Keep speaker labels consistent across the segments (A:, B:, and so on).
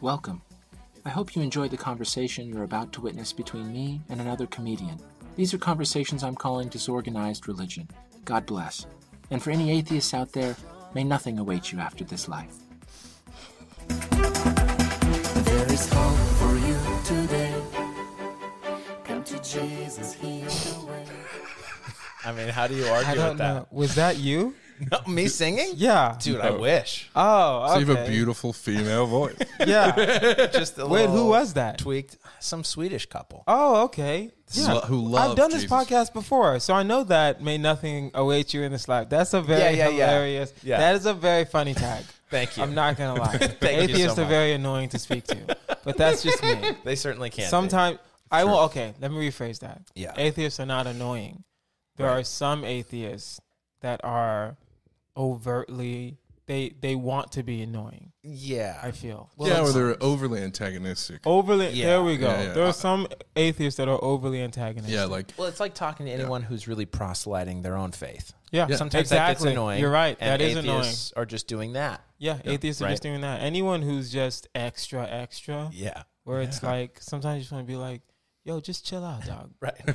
A: Welcome. I hope you enjoyed the conversation you're about to witness between me and another comedian. These are conversations I'm calling disorganized religion. God bless. And for any atheists out there, may nothing await you after this life.
B: There is hope for you today. Come to Jesus, he's the way.
C: I mean, how do you argue
D: I
C: with
D: don't know.
C: that?
D: Was that you?
C: No, me singing?
D: Yeah.
C: Dude, I wish.
D: Oh, okay.
E: So you have a beautiful female voice.
D: Yeah.
C: Just a
D: Wait, who
C: little
D: was that?
C: Tweaked. Some Swedish couple.
D: Oh, okay. Yeah.
E: lo- who love
D: I've done this
E: Jesus.
D: podcast before, so I know that may nothing await you in this life. That's a very
C: Yeah, yeah, yeah.
D: hilarious.
C: Yeah.
D: That is a very funny tag.
C: Thank you.
D: I'm not gonna lie.
C: you so
D: Atheists are
C: much.
D: very annoying to speak to, but that's just me.
C: They certainly can't. be.
D: Sometimes I will. Okay, let me rephrase that.
C: Yeah.
D: atheists are not annoying. There are some atheists that are overtly they they want to be annoying.
C: Yeah.
D: I feel
E: yeah, or they're overly antagonistic.
C: Oh.
D: overly.
C: Yeah.
D: There we go.
E: Yeah, yeah.
D: There are some atheists that are overly antagonistic.
E: Yeah, like
C: Well, it's like talking to anyone who's really proselyting their own faith.
D: yeah.
C: Sometimes that gets
D: Exactly.
C: annoying.
D: You're right.
C: And
D: That is annoying.
C: atheists are just doing that.
D: Yeah, atheists are just
C: right.
D: doing that. Anyone who's just extra, extra,
C: Yeah.
D: where it's like sometimes you just want to be like, "Yo, just chill out, dog.
C: Right.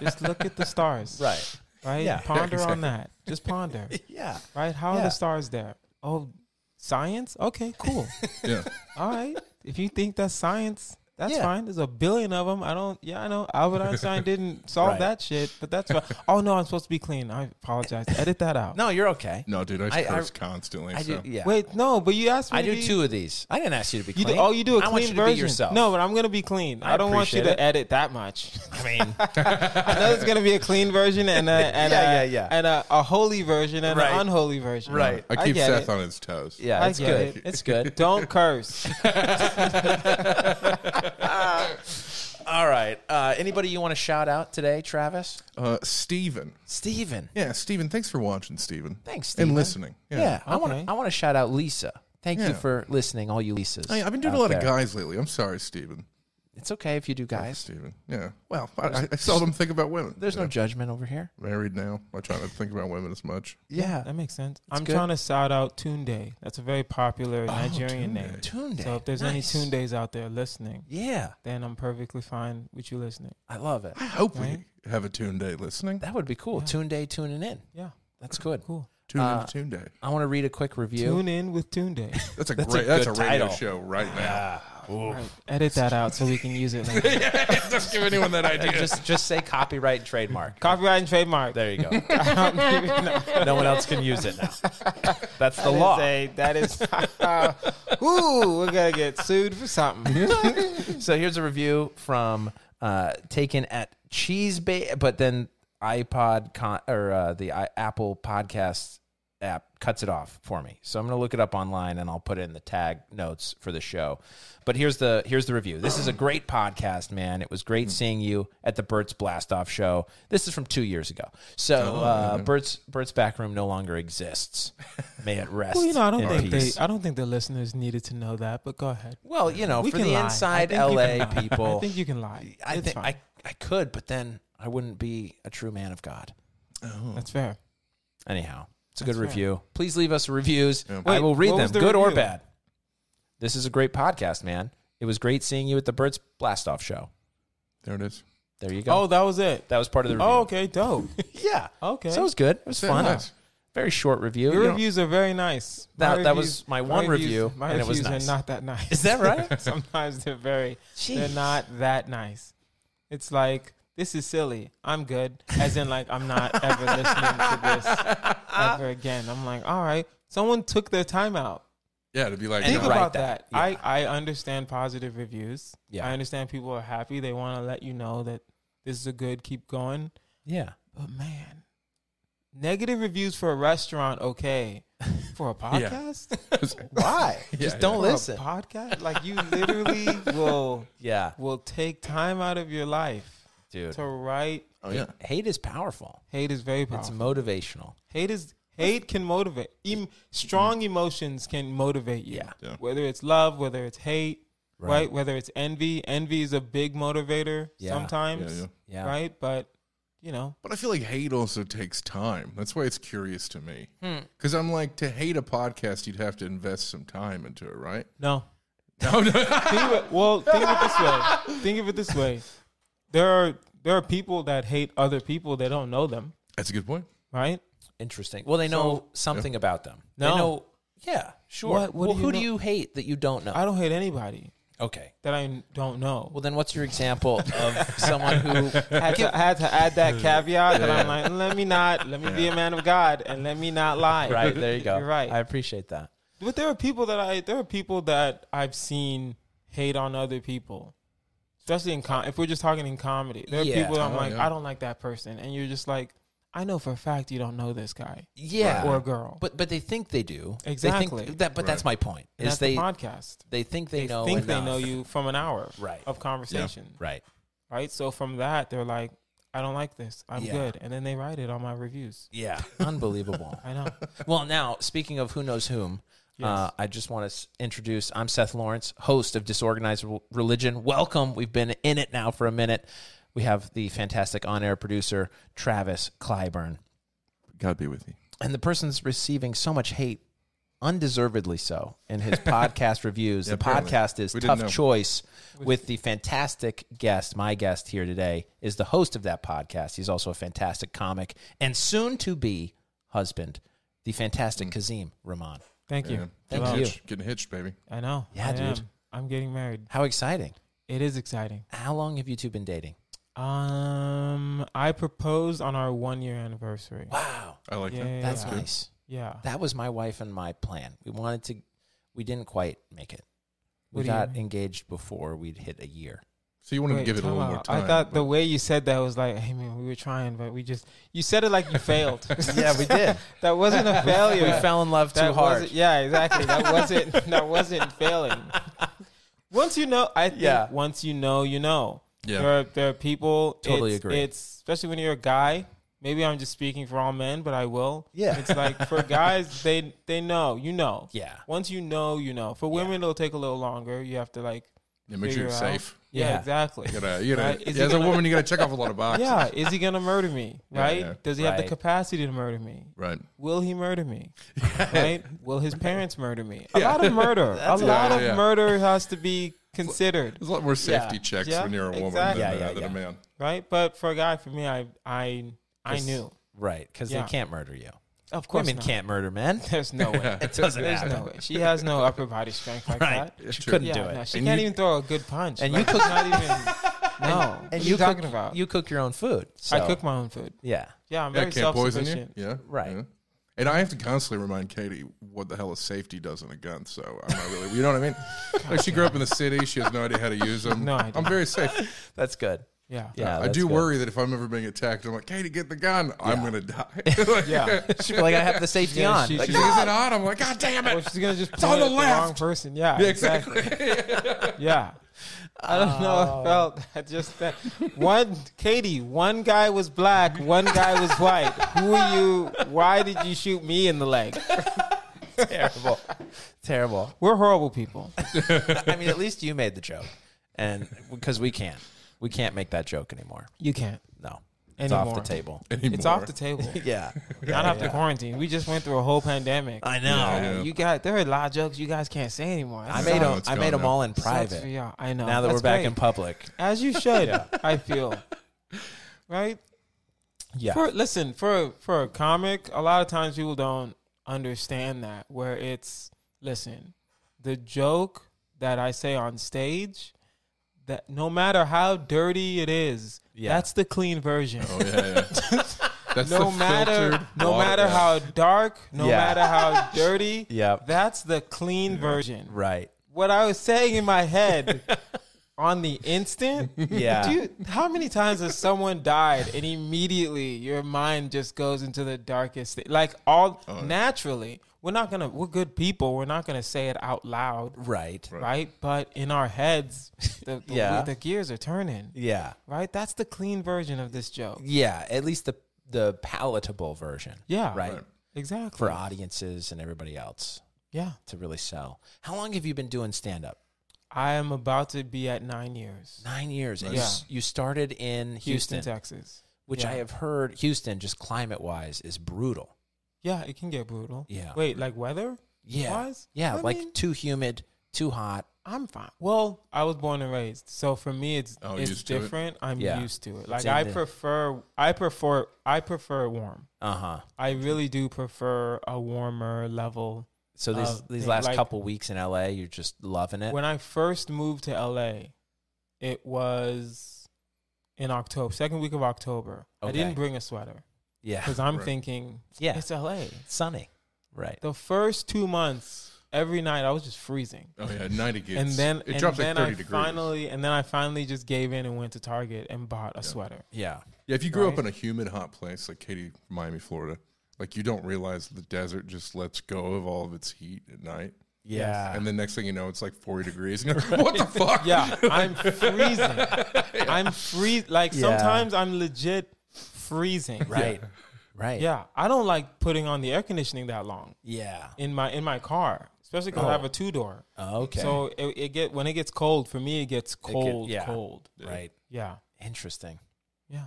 D: just look at the stars.
C: right.
D: right?
C: Yeah.
D: Ponder on that. Just ponder.
C: Yeah.
D: right? How are
C: Yeah.
D: the stars there? Oh, science? Okay, cool.
E: yeah.
D: All right. If you think that's science, that's
C: Yeah.
D: fine. There's a billion of them. I don't, yeah, I know. Albert Einstein didn't solve
C: Right.
D: that shit, but that's fine. Oh, no, I'm supposed to be clean. I apologize. Edit that out.
C: No, you're okay.
E: No, dude, I,
C: I- I-
E: curse constantly.
C: I
E: so.
C: do. Yeah.
D: Wait, no, but you asked me.
C: I
D: to
C: do
D: be-
C: two of these. I didn't ask you to be
D: You
C: clean.
D: do, oh, you do a
C: I
D: clean
C: want you to
D: version.
C: be yourself.
D: No, but I'm gonna be clean. I, don't want you to
C: appreciate it.
D: edit that much.
C: I mean,
D: I know it's gonna be a clean version and a and
C: Yeah, yeah,
D: a,
C: yeah.
D: and a, a holy version and
C: Right.
D: an unholy version.
C: Right.
E: I keep
D: get
E: Seth
D: it.
E: on his toes.
C: yeah,
D: I
C: it's
D: get
C: good.
D: it.
C: It's good.
D: Don't curse.
C: All right. Uh, anybody you want to shout out today, Travis?
E: Uh, Steven.
C: Steven.
E: Yeah, Steven. Thanks for watching, Steven.
C: Thanks,
E: And
C: Steven.
E: listening. Yeah.
C: Yeah, I want
D: Okay.
C: to. I want to shout out Lisa. Thank you
E: Yeah.
C: for listening, all you Lisas.
E: Hey, I've been doing a
C: out
E: lot of
C: there.
E: guys lately. I'm sorry, Steven.
C: It's okay if you do guys.
E: Steven. Yeah. Well, I, I- I seldom think about women.
C: There's
E: Yeah.
C: no judgment over here.
E: married now. I try not to think about women as much.
C: Yeah.
D: That makes sense. I'm
C: good. Oh,
D: trying to shout out Tunde. That's a very popular Nigerian name.
C: Tunde.
D: So if there's
C: Nice.
D: any Tundes out there listening,
C: Yeah.
D: then I'm perfectly fine with you listening.
C: I love it.
E: I hope we have a tune day listening.
C: That would be cool. Tune day tuning in.
D: Yeah.
C: That's good.
D: Cool.
E: Tune
C: Uh,
E: in to tune day.
C: I want to read a quick review.
D: Tune in with Tunde.
E: That's a
C: that's a
E: great. that's a
C: good
E: radio
C: title.
E: show right now.
D: Right. Edit that out so we can use it later.
E: Just give anyone that idea.
C: just just say copyright trademark.
D: Copyright and trademark.
C: There you go. no one else can use it now. That's the
D: That is
C: law.
D: a- that is. uh, ooh, we're gonna get sued for something.
C: So here's a review from uh, taken at Cheese Bay, but then iPod con- or uh, the I- Apple Podcast app cuts it off for me. So I'm gonna look it up online and I'll put it in the tag notes for the show. But here's the here's the review. This is a great podcast, man. It was
D: Hmm.
C: great seeing you at the Burt's Blast Off show. This is from two years ago. So
D: Oh,
C: uh, Burt's Burt's back room no longer exists. May it rest.
D: Well, you know, I don't
C: in
D: think
C: peace.
D: they. I don't think the listeners needed to know that. But go ahead.
C: Well, you know,
D: We
C: for
D: can
C: the
D: lie. I
C: inside
D: think you
C: LA
D: can lie.
C: people,
D: I think you can lie.
C: I
D: It's
C: think
D: fine.
C: I, I could, but then I wouldn't be a true man of God.
E: Oh,
D: That's fair.
C: Anyhow, it's a good
D: fair.
C: review. Please leave us reviews. I
D: Wait,
C: will read
D: what
C: them,
D: was the
C: good or
D: review?
C: bad. This is a great podcast, man. It was great seeing you at the Birds Blast Off show.
E: there it is.
C: There you go.
D: Oh, that was it.
C: that was part of the review.
D: Oh, okay, dope.
C: yeah.
D: Okay.
C: So it was good. It was
E: Very
C: fun.
E: nice.
C: Very short review. You
D: Your
C: know-
D: reviews are very nice.
C: That- that was
D: reviews-
C: my one review,
D: my
C: and it was
D: reviews
C: nice.
D: are not that nice.
C: Is that right?
D: Sometimes they're very. They're
C: Jeez.
D: not that nice. It's like this is silly. I'm good. As in, like I'm not ever listening to this ever again. I'm like, all right. Someone took their time out.
E: Yeah, to be like,
C: And
D: Think
C: to
E: no,
C: write
D: about
C: that.
D: that.
C: Yeah.
D: I I understand positive reviews.
C: Yeah.
D: I understand people are happy. They want to let you know that this is a good. Keep going.
C: yeah.
D: But man, negative reviews for a restaurant, okay. For a podcast?
C: Why? Just don't
D: For
C: listen.
D: a podcast? Like you literally will
C: Yeah.
D: will take time out of your life
C: Dude.
D: to write.
E: oh yeah,
C: Hate is powerful.
D: Hate is very
C: It's
D: powerful.
C: motivational.
D: hate is hate can motivate. Em- strong emotions can motivate you.
C: Yeah.
E: Yeah.
D: Whether it's love, whether it's hate, right.
C: Right.
D: Whether it's envy. Envy is a big motivator
C: Yeah.
D: sometimes.
E: Yeah, yeah.
C: Yeah.
D: Right? But you know,
E: but I feel like hate also takes time. That's why it's curious to me. Because I'm like, to hate a podcast, you'd have to invest some time into it, right?
D: no.
E: No, no.
D: think of it, well, think of it this way. Think of it this way. There are there are people that hate other people that don't know them,
E: That's a good point.
D: right?
C: Interesting. Well, they know something about them.
D: No.
C: They know, yeah, sure.
D: What- what
C: well,
D: do you
C: who
D: know-
C: do you hate that you don't know?
D: I don't hate anybody
C: okay.
D: that I don't know.
C: Well, then what's your example of someone who
D: I had, to, I had to add that caveat, and I'm like, let me not, let me be a man of God, and let me not lie.
C: Right there you go.
D: You're right.
C: I appreciate that.
D: but there are people that I, there are people that I've seen hate on other people, especially in com. If we're just talking in comedy, there are
C: Yeah.
D: people that I'm
E: Oh,
D: like,
E: yeah.
D: I don't like that person, and you're just like, I know for a fact you don't know this guy
C: Yeah.
D: or girl.
C: but but they think they do. They think
D: Exactly.
C: that but that's
E: Right.
C: my point.
D: And
C: Is
D: that's
C: they
D: the podcast.
C: they think they,
D: They
C: know
D: think
C: enough.
D: they know you from an hour
C: Right.
D: of conversation,
C: Right.
D: right? So from that, they're like, I don't like this. I'm
C: Yeah.
D: good, and then they write it on my reviews.
C: Yeah. Unbelievable.
D: I know.
C: well, now speaking of who knows whom, uh, I just want to introduce. I'm Seth Lawrence, host of Disorganized Rel- Religion. Welcome. We've been in it now for a minute. We have the fantastic on-air producer Travis Clyburn,
E: God be with you.
C: and the person's receiving so much hate, undeservedly so, in his podcast reviews.
E: Yeah,
C: the
E: apparently.
C: podcast is
E: We didn't
C: Tough
E: know.
C: Choice with the fantastic guest. My guest here today is the host of that podcast. He's also a fantastic comic and soon to be husband, the fantastic Kazim Rahman.
D: Thank you.
E: Yeah.
C: Thank
E: Getting
C: you.
E: hitched- Getting hitched, baby.
D: I know.
C: Yeah,
D: I
C: dude.
D: am. I'm getting married.
C: How exciting!
D: It is exciting.
C: How long have you two been dating?
D: Um, I proposed on our one year anniversary.
C: Wow,
E: I like that.
D: Yeah,
C: that's
D: yeah.
C: nice.
D: Yeah.
C: That was my wife and my plan. We wanted to, we didn't quite make it. We
D: What do you
C: got
D: mean?
C: engaged before we'd hit a year.
E: So you wanted
D: Wait,
E: to give it a
D: time
E: little more
D: out.
E: time.
D: I thought the
E: but-
D: way you said that was like, hey man, we were trying, but we just you said it like you failed.
C: Yeah, we did.
D: that wasn't a failure.
C: We fell in love too
D: that
C: hard.
D: wasn't- Yeah, exactly. That wasn't that wasn't failing. Once you know, I think
C: Yeah.
D: once you know, you know.
E: Yeah.
D: There are, there are people.
C: Totally
D: it's,
C: agree.
D: It's especially when you're a guy. Maybe I'm just speaking for all men, but I will.
C: Yeah.
D: It's like for guys, they they know, you know.
C: Yeah.
D: Once you know, you know. For women, it'll take a little longer. You have to like.
E: yeah, make sure
D: figure
E: you're
D: out.
E: safe.
D: Yeah,
C: Yeah.
D: exactly.
E: You gotta, you
D: Right?
E: gotta,
D: Is
E: yeah,
D: he
E: as a
D: gonna-
E: woman, you gotta check off a lot of boxes.
D: Yeah. Is he gonna murder me? Right?
E: yeah.
D: Does he have
C: Right.
D: the capacity to murder me?
E: Right.
D: Will he murder me? Right? Will his parents murder me? A lot of murder. a lot
E: Yeah,
D: of
E: yeah.
D: murder has to be considered,
E: There's a lot more safety checks
D: Yeah,
E: when you're a woman
D: exactly.
E: than,
C: Yeah,
E: uh,
C: yeah,
E: than
C: yeah.
E: a man.
D: right? But for a guy, for me, I I I knew.
C: Right, because
D: Yeah.
C: they can't murder you.
D: Of course,
C: Women
D: not.
C: can't murder men.
D: There's no way.
C: It doesn't
D: There's
C: happen.
D: no way. She has no upper body strength like
C: Right,
D: that.
C: she
E: true.
C: couldn't
D: Yeah,
C: do it.
D: no, she
E: And
D: can't
E: you-
D: even throw a good punch.
C: And
D: And
C: you
D: you could not even. No,
C: And
D: what you talking about?
C: You cook your own food.
D: I
C: so-
D: cook my own food.
C: Yeah,
D: Yeah, I'm
E: Yeah,
D: very
E: can't poison you.
D: self-sufficient.
E: Yeah.
C: Right.
E: yeah. And I have to constantly remind Katie what the hell a safety does in a gun. So I'm not really, you know what I mean? Like she grew up in the city. She has no idea how to use them.
D: No idea.
E: I'm very safe.
C: that's good.
D: Yeah,
C: Yeah,
E: I
C: Oh, that's
E: do
C: good.
E: worry that if I'm ever being attacked, I'm like, Katie, get the gun. I'm going to die. like,
D: yeah.
C: She'd be like, I have the safety
D: Yeah,
C: on.
D: she-
C: Like,
E: She's like, is it on? I'm like, God damn
D: Well,
E: it.
D: she's gonna just
E: on
D: point
E: the
D: at the wrong
E: left.
D: person. Yeah,
E: Yeah,
D: exactly.
E: exactly.
D: Yeah. I don't know. I felt I just that one Katie, one guy was black, one guy was white. Who are you? Why did you shoot me in the leg?
C: terrible, terrible.
D: We're horrible people.
C: I mean, at least you made the joke, and because we can't, we can't make that joke anymore.
D: You can't.
C: No, it's off the
D: Anymore.
C: table.
D: It's off the table.
C: Yeah,
D: Not after quarantine. We just went through a whole pandemic.
C: I know.
E: Yeah.
D: You got there are a lot of jokes you guys can't say anymore.
C: I
D: That
C: made
E: No,
C: them.
E: it's
C: I
E: gone
C: made them
E: now.
C: all in
D: sucks
C: private.
D: for y'all. I know.
C: Now that we're
D: That's
C: back
D: great.
C: in public,
D: as you should. I feel right.
C: yeah,
D: For listen, for for a comic, a lot of times people don't understand that where it's listen, the joke that I say on stage, that no matter how dirty it is,
C: Yeah.
D: that's the clean version.
E: Oh, yeah, yeah. That's
D: No
E: the
D: matter
E: filtered
D: no
E: water.
D: matter how dark, no
C: Yeah.
D: matter how dirty,
C: Yep.
D: that's the clean version.
C: right.
D: What I was saying in my head on the instant,
C: Yeah,
D: do you, how many times has someone died and immediately your mind just goes into the darkest thing? Like all
C: Oh.
D: naturally, we're not gonna we're good people. We're not gonna say it out loud,
C: right.
D: right? But in our heads, the, the,
C: Yeah.
D: the gears are turning,
C: Yeah,
D: right? That's the clean version of this joke.
C: yeah. At least the the palatable version.
D: Yeah,
C: right.
D: exactly.
C: For audiences and everybody else
D: yeah,
C: to really sell. How long have you been doing stand up?
D: I am about to be at nine years,
C: Nine years. And
D: Yeah.
C: you, s- you started in Houston,
D: Houston Texas.
C: which I
D: Yeah.
C: have heard Houston, just climate wise, is brutal.
D: Yeah, it can get brutal.
C: Yeah.
D: Wait, like weather?
C: Yeah.
D: Wise?
C: Yeah.
D: I
C: like
D: mean-
C: too humid, too hot.
D: I'm fine. Well, I was born and raised, so for me, it's
E: Oh,
D: it's
E: used to it?
D: different. I'm
C: Yeah.
D: used to it. Like
C: in
D: I
C: the-
D: prefer, I prefer, I prefer warm.
C: Uh huh.
D: I really do prefer a warmer level.
C: So these
D: Uh,
C: these
D: thing,
C: last
D: like-
C: couple weeks in LA, you're just loving it.
D: When I first moved to LA, it was in October, second week of October. I
C: Okay.
D: didn't bring a sweater
C: yeah,
D: because I'm
E: Right.
D: thinking
C: yeah,
D: it's LA.
C: sunny. Right.
D: The first two months, every night I was just freezing.
E: Oh yeah, ninety gigs.
D: and then
E: it
D: and
E: dropped
D: then
E: like thirty
D: I
E: degrees.
D: finally and then I finally just gave in and went to Target and bought a sweater.
C: Yeah.
E: yeah, if you grew up
D: right?
E: in a humid, hot place like Katie, Miami, Florida, like you don't realize the desert just lets go of all of its heat at night,
C: Yeah.
E: and the next thing you know, it's like forty degrees. And you're like, what the fuck?
D: Yeah, I'm freezing. I'm freeze like
C: Yeah.
D: sometimes I'm legit freezing.
C: Right. Right.
D: Yeah, I don't like putting on the air conditioning that long
C: Yeah.
D: in my in my car, especially because I have a two door.
C: Oh. Okay.
D: So it, it get when it gets cold for me, it gets cold,
C: yeah.
D: cold.
C: right.
D: Yeah,
C: Interesting.
D: yeah,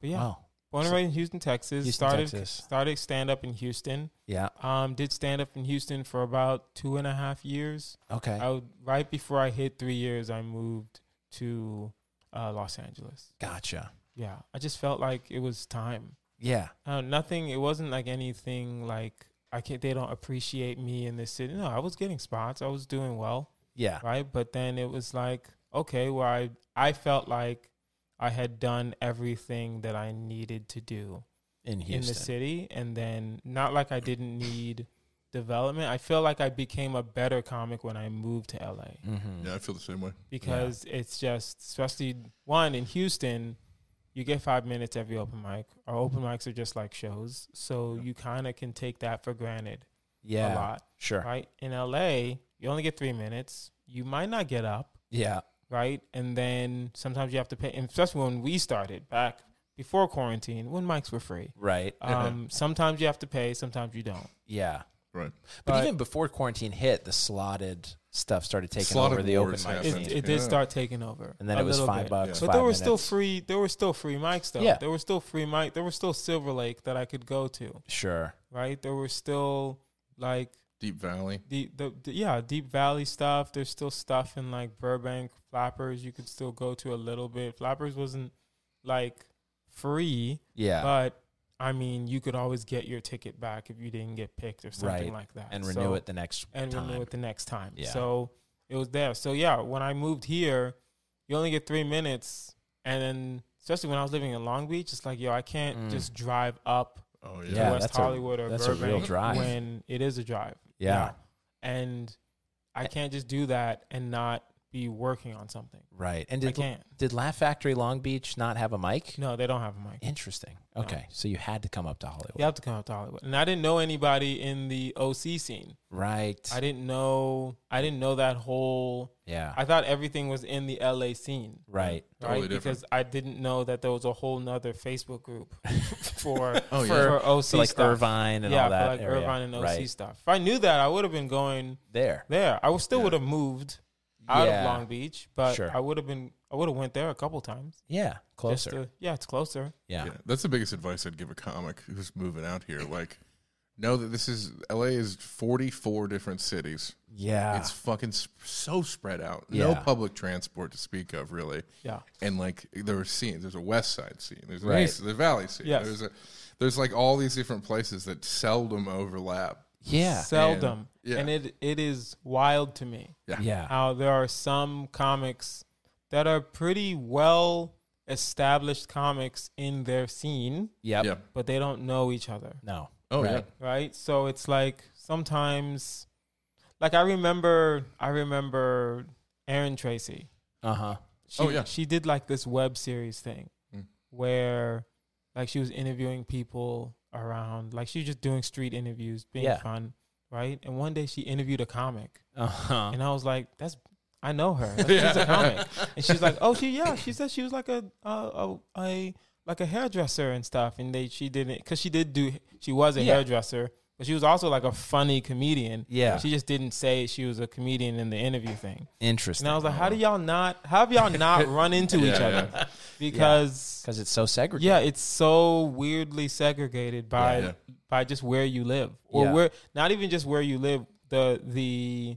D: but yeah.
C: Wow.
D: Born and raised in Houston, Texas.
C: Houston,
D: started
C: Texas.
D: started stand up in Houston.
C: Yeah.
D: Um, did stand up in Houston for about two and a half years.
C: Okay.
D: I would, right before I hit three years, I moved to uh, Los Angeles.
C: Gotcha.
D: Yeah, I just felt like it was time.
C: Yeah.
D: Uh, nothing. It wasn't like anything like I can't. They don't appreciate me in this city. No, I was getting spots. I was doing well,
C: Yeah.
D: right? But then it was like, okay, well, I I felt like I had done everything that I needed to do
C: In
D: in the
C: Houston.
D: city, and then not like I didn't need development. I feel like I became a better comic when I moved to LA
C: mm-hmm.
E: yeah, I feel the same way.
D: because it's just especially one in Houston, you get five minutes every open mic. Our open mics are just like shows, so you kind of can take that for granted
C: Yeah.
D: a lot,
C: Sure.
D: right? In LA, you only get three minutes. You might not get up,
C: Yeah.
D: right? And then sometimes you have to pay. And especially when we started back before quarantine, when mics were free.
C: Right.
D: Um, sometimes you have to pay, sometimes you don't.
C: Yeah.
E: Right.
C: But,
D: But-
C: even before quarantine hit, the slotted stuff started taking
E: Slotted
C: over the open
E: wars
C: mic
E: happened.
C: scene.
D: It,
E: Sense.
D: it did
E: Yeah.
D: start taking over,
C: And then
D: a
C: it was
D: little
C: five bucks,
D: But
C: five
D: there were still
C: minutes.
D: free. There were still free mics though.
C: Yeah.
D: There were still free mic. There were still Silver Lake that I could go to.
C: Sure.
D: Right. There were still like
E: Deep Valley.
D: the, the, the yeah Deep Valley stuff. There's still stuff in like Burbank Flappers. You could still go to a little bit. Flappers wasn't like free,
C: Yeah.
D: but I mean you could always get your ticket back if you didn't get picked or something
C: Right.
D: like that.
C: and
D: So-
C: renew it the next
D: and
C: time.
D: renew it the next time.
C: Yeah.
D: So it was there. So yeah, when I moved here, you only get three minutes, and then especially when I was living in Long Beach, it's like yo, I can't
C: Mm.
D: just drive up
E: Oh
C: Yeah,
E: yeah.
D: to West
C: that's a-
D: Hollywood or
C: that's a real
D: Burbank
C: drive.
D: when it is a drive.
C: yeah.
D: and I can't just do that and not be working on something.
C: Right. And
D: I
C: did
D: can't.
C: did Laugh Factory Long Beach not have a mic?
D: No, they don't have a mic.
C: Interesting. Okay. So you had to come up to Hollywood.
D: You have to come up to Hollywood, and I didn't know anybody in the OC scene.
C: Right.
D: I didn't know. I didn't know that whole.
C: yeah.
D: I thought everything was in the LA scene.
C: right.
E: Totally
D: right?
E: different.
D: Because I didn't know that there was a whole nother Facebook group for
E: Oh,
D: for,
E: yeah.
D: OC
C: So like
D: stuff.
C: Irvine and
D: yeah,
C: all that.
D: for like
C: area.
D: Irvine and OC
C: Right.
D: stuff. If I knew that, I would have been going
C: There.
D: there. I would still
E: Yeah.
D: would have moved out
C: Yeah.
D: of Long Beach, but
C: Sure.
D: I would have been I would have went there a couple times.
C: Yeah.
D: just
C: Closer.
D: to- yeah, it's closer.
C: yeah.
E: Yeah, that's the biggest advice I'd give a comic who's moving out here. Like, know that this is LA is 44 different cities.
C: Yeah.
E: It's fucking sp- so spread out. No
C: Yeah.
E: public transport to speak of, really.
D: Yeah.
E: And like, there are scenes. There's a West Side scene. There's
C: Right.
E: an East, the Valley scene.
D: Yes.
E: There's a, there's like all these different places that seldom overlap.
C: yeah.
D: Seldom.
E: yeah.
D: And it it is wild to me
C: Yeah.
D: how there are some comics that are pretty well established comics in their scene,
C: Yep.
E: Yeah.
D: but they don't know each other.
C: No.
E: Oh
C: Right.
E: yeah.
D: right? So it's like sometimes, like I remember, I remember Erin Tracy.
C: Uh huh.
D: She,
E: Oh, yeah.
D: she did like this web series thing
E: Mm.
D: where, like, she was interviewing people around, like she was just doing street interviews, being
C: Yeah.
D: fun, right? And one day she interviewed a comic,
C: Uh huh.
D: and I was like, that's. I know her. Like, she's a comic, and she's like, "Oh, she yeah." She said she was like a a, a, a like a hairdresser and stuff, and they she didn't because she did do she was a
C: Yeah.
D: hairdresser, but she was also like a funny comedian.
C: Yeah.
D: she just didn't say she was a comedian in the interview thing.
C: Interesting.
D: And I was like, "How do y'all not? How have y'all not run into each
E: Yeah,
D: other?" Because
C: Because it's so segregated.
D: yeah, it's so weirdly segregated by
E: Yeah.
D: by just where you live, or
C: Yeah.
D: where not even just where you live the the the